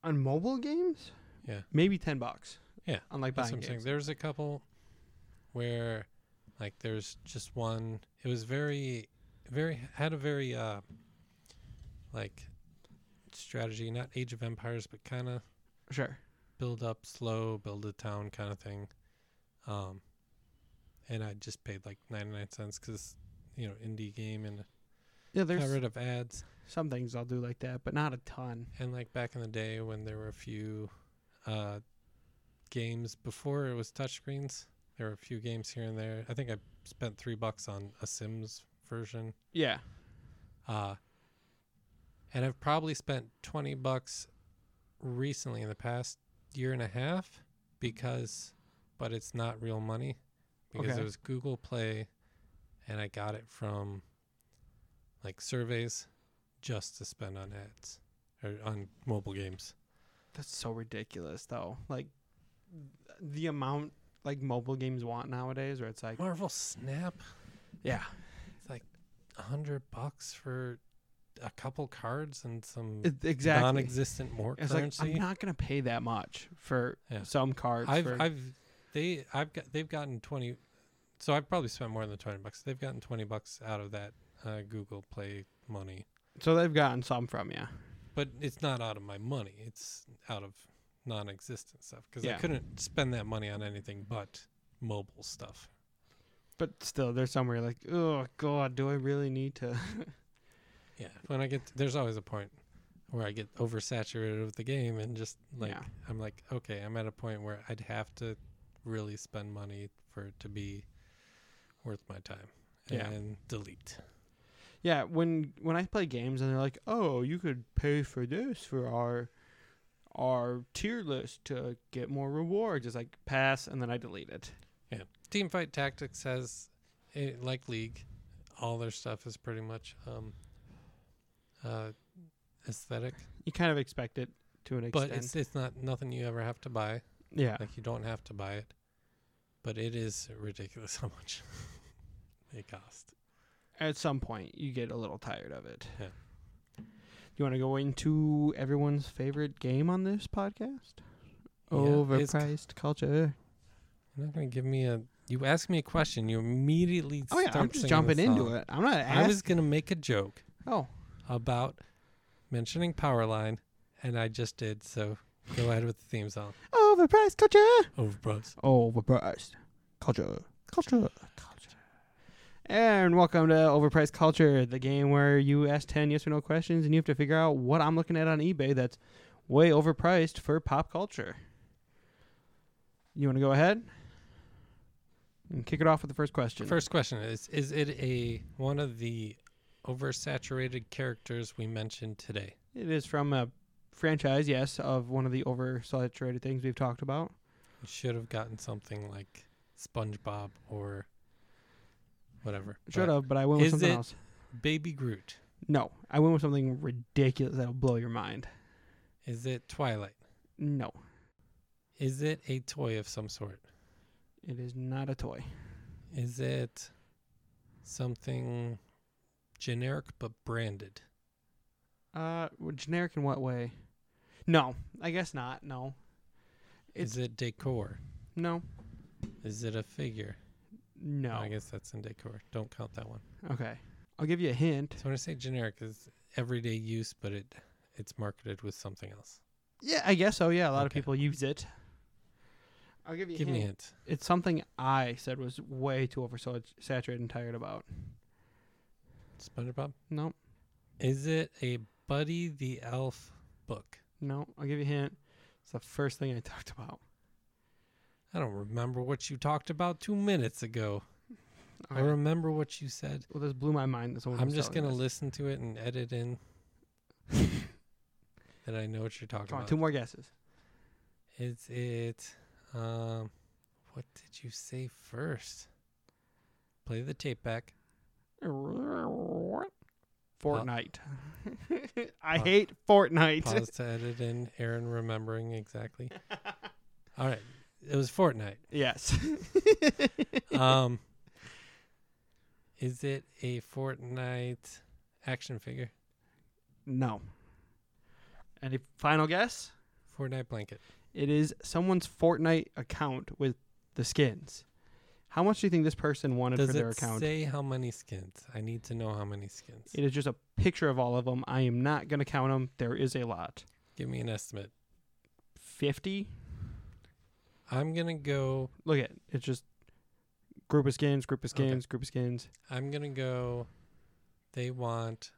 On mobile games?
Yeah.
Maybe ten bucks.
Yeah,
On like
That's
buying
what I'm saying.
games.
There's a couple where, like, there's just one. It was very, very had a very uh, like, strategy. Not Age of Empires, but kind of
Sure.
build up slow, build a town kind of thing. Um, and I just paid like 99 cents because you know indie game and
Yeah,
got
there's
rid of ads.
some things I'll do like that, but not a ton.
And like back in the day when there were a few uh, games before it was touchscreens, there were a few games here and there. I think I spent three bucks on a Sims version,
Yeah.
uh, and I've probably spent twenty bucks recently in the past year and a half because, but it's not real money because
Okay.
it was Google Play, and I got it from like surveys just to spend on ads or on mobile games.
That's so ridiculous though. Like th- the amount like mobile games want nowadays where it's like
Marvel Snap,
Yeah.
a hundred bucks for a couple cards and some
It, e-, exactly.
non-existent more
it's like
currency.
I'm not gonna pay that much for
Yeah.
some cards
I've
for
I've they I've got they've gotten twenty, so I've probably spent more than twenty bucks. They've gotten twenty bucks out of that uh, Google Play money,
so they've gotten some from you.
but it's not out of my money. It's out of non-existent stuff because I
Yeah.
couldn't spend that money on anything but mobile stuff.
But still there's somewhere like, oh god, do I really need to
Yeah, when I get there's always a point where I get oversaturated with the game and just like
Yeah.
I'm like, okay, I'm at a point where I'd have to really spend money for it to be worth my time
Yeah.
and delete.
Yeah, when when I play games and they're like, "Oh, you could pay for this for our our tier list to get more rewards," it's like pass, and then I delete it.
Team Fight Tactics has, eh, like League, all their stuff is pretty much um, uh, aesthetic,
You kind of expect it to an extent.
but it's it's not nothing you ever have to buy.
yeah,
Like you don't have to buy it, but it is ridiculous how much it cost.
at some point you get a little tired of it.
Yeah.
You want to go into everyone's favorite game on this podcast?
Yeah, it's-
Overpriced culture.
You're not gonna give me a. You ask me a question, you immediately.
Oh yeah,
start
I'm just jumping into it. I'm not.
I
Ask-
was gonna make a joke.
Oh,
about mentioning Powerline, and I just did. So go ahead with the theme song.
overpriced culture.
Overpriced.
Overpriced Oh, culture. Culture. Culture. And welcome to Overpriced Culture, the game where you ask 10 yes or no questions and you have to figure out what I'm looking at on eBay that's way overpriced for pop culture. You want to go ahead and kick it off with the first question?
First question is: Is it a one of the oversaturated characters we mentioned today?
It is from a franchise, yes, of one of the oversaturated things we've talked about.
We should have gotten something like SpongeBob or whatever.
Should
but
have, but I went with
is
something
it-
else.
Baby Groot.
No, I went with something ridiculous that'll blow your mind.
Is it Twilight?
No,
Is it a toy of some sort?
it is not a toy.
Is it something generic but branded?
Uh, well, generic in what way? No, I guess not. No, It's-
Is it decor?
no,
Is it a figure?
no.
I guess that's in decor. Don't count that one.
Okay, I'll give you a hint.
So when I say generic, is everyday use, but it it's marketed with something else.
Yeah, I guess so. Yeah, a lot of
Okay.
people use it. I'll give you
Give
a
me a
hint.
hint.
It's something I said was way too oversaturated and tired about.
SpongeBob.
No,
Is it a Buddy the Elf book?
no. I'll give you a hint. It's the first thing I talked about.
I don't remember what you talked about two minutes ago. I
Okay.
remember what you said.
Well, this blew my mind. This
I'm just gonna listen to it and edit in that I know what you're talking
Come on,
about.
two more guesses.
Is it? Um, what did you say first? Play the tape back.
Fortnite. I
Pause.
hate Fortnite.
Pause to edit in Aaron remembering exactly. All right. It was Fortnite.
Yes.
Um Is it a Fortnite action figure?
No. Any final guess?
Fortnite blanket.
It is someone's Fortnite account with the skins. How much do you think this person wanted
Does
for their
it
account?
say how many skins? I need to know how many skins.
it is just a picture of all of them. I am not going to count them. There is a lot.
Give me an estimate.
50?
I'm going to go
Look at It's just group of skins, group of
Okay.
skins, group of skins.
I'm going to go they want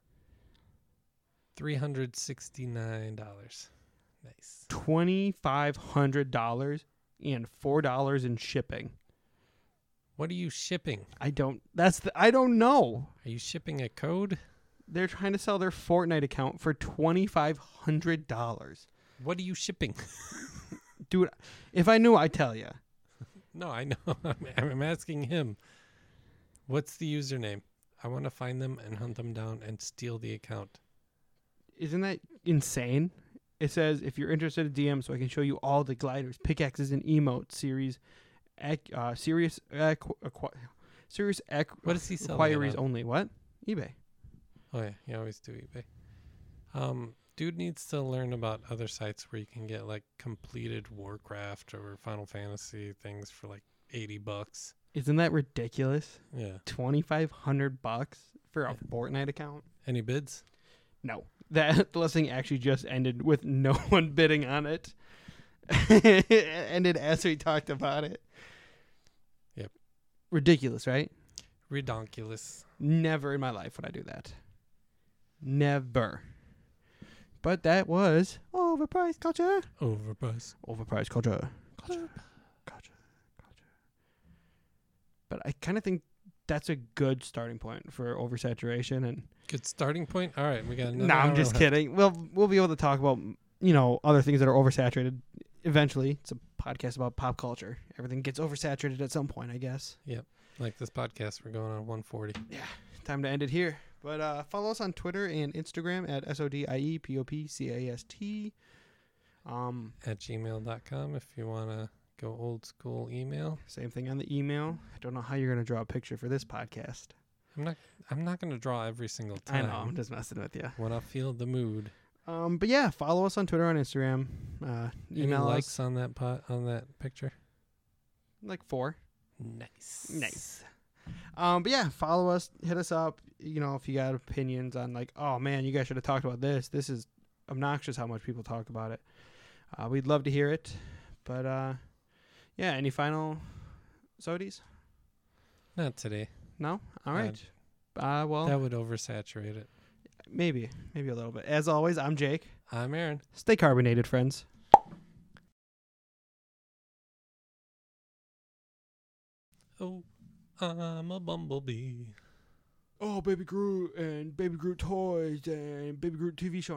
$369. Nice.
$2,500 and $4 in shipping.
What are you shipping?
I don't. That's the. I don't know.
Are you shipping a code?
They're trying to sell their Fortnite account for twenty five hundred dollars,
What are you shipping?
dude. If I knew, I'd tell you.
No, I know. I'm, I'm asking him. What's the username? I want to find them and hunt them down and steal the account.
Isn't that insane? It says if you're interested, DM so I can show you all the gliders, pickaxes, and emote series. Ac- uh, serious, ac- acqu- serious ac-
What does he selling?
inquiries
Inquiries.
only. What? eBay.
Oh yeah, you always do eBay. Um, dude needs to learn about other sites where you can get like completed Warcraft or Final Fantasy things for like eighty bucks.
Isn't that ridiculous?
Yeah.
Twenty five hundred bucks for a
Yeah.
Fortnite account.
Any bids?
No, that listing actually just ended with no one bidding on it. it ended as we talked about it.
Yep.
Ridiculous, right?
Redonkulous.
Never in my life would I do that. Never. But that was overpriced culture.
Overpriced.
Overpriced culture. Culture. Culture. Culture. But I kind of think that's a good starting point for oversaturation and
Good starting point. All right, we got another.
no, I'm
hour
just
left.
kidding. We'll we'll be able to talk about you know other things that are oversaturated. Eventually, it's a podcast about pop culture. Everything gets oversaturated at some point, I guess.
Like this podcast, we're going on 140.
Time to end it here. But uh, follow us on Twitter and Instagram at s o d i e p o p c a s t. Um,
at gmail.com if you want to go old school email.
same thing on the email. I don't know how you're gonna draw a picture for this podcast.
I'm not going to draw every single
I
time.
know I'm just messing with you.
When I feel the mood.
Um, but yeah, follow us on Twitter, on Instagram, uh,
Any
email
likes
us
on that pot on that picture?
like four.
Nice.
Nice. Um, but yeah, follow us, hit us up. You know, if you got opinions on like, oh man, you guys should have talked about this. This is obnoxious how much people talk about it. Uh, we'd love to hear it. But uh, yeah, any final sodies?
Not today.
No. All
Uh,
right. Uh, well,
That would oversaturate it.
maybe, maybe a little bit. As always, I'm Jake.
I'm Aaron.
Stay carbonated, friends.
Oh, I'm a bumblebee.
Oh, Baby Groot and Baby Groot toys and Baby Groot TV show.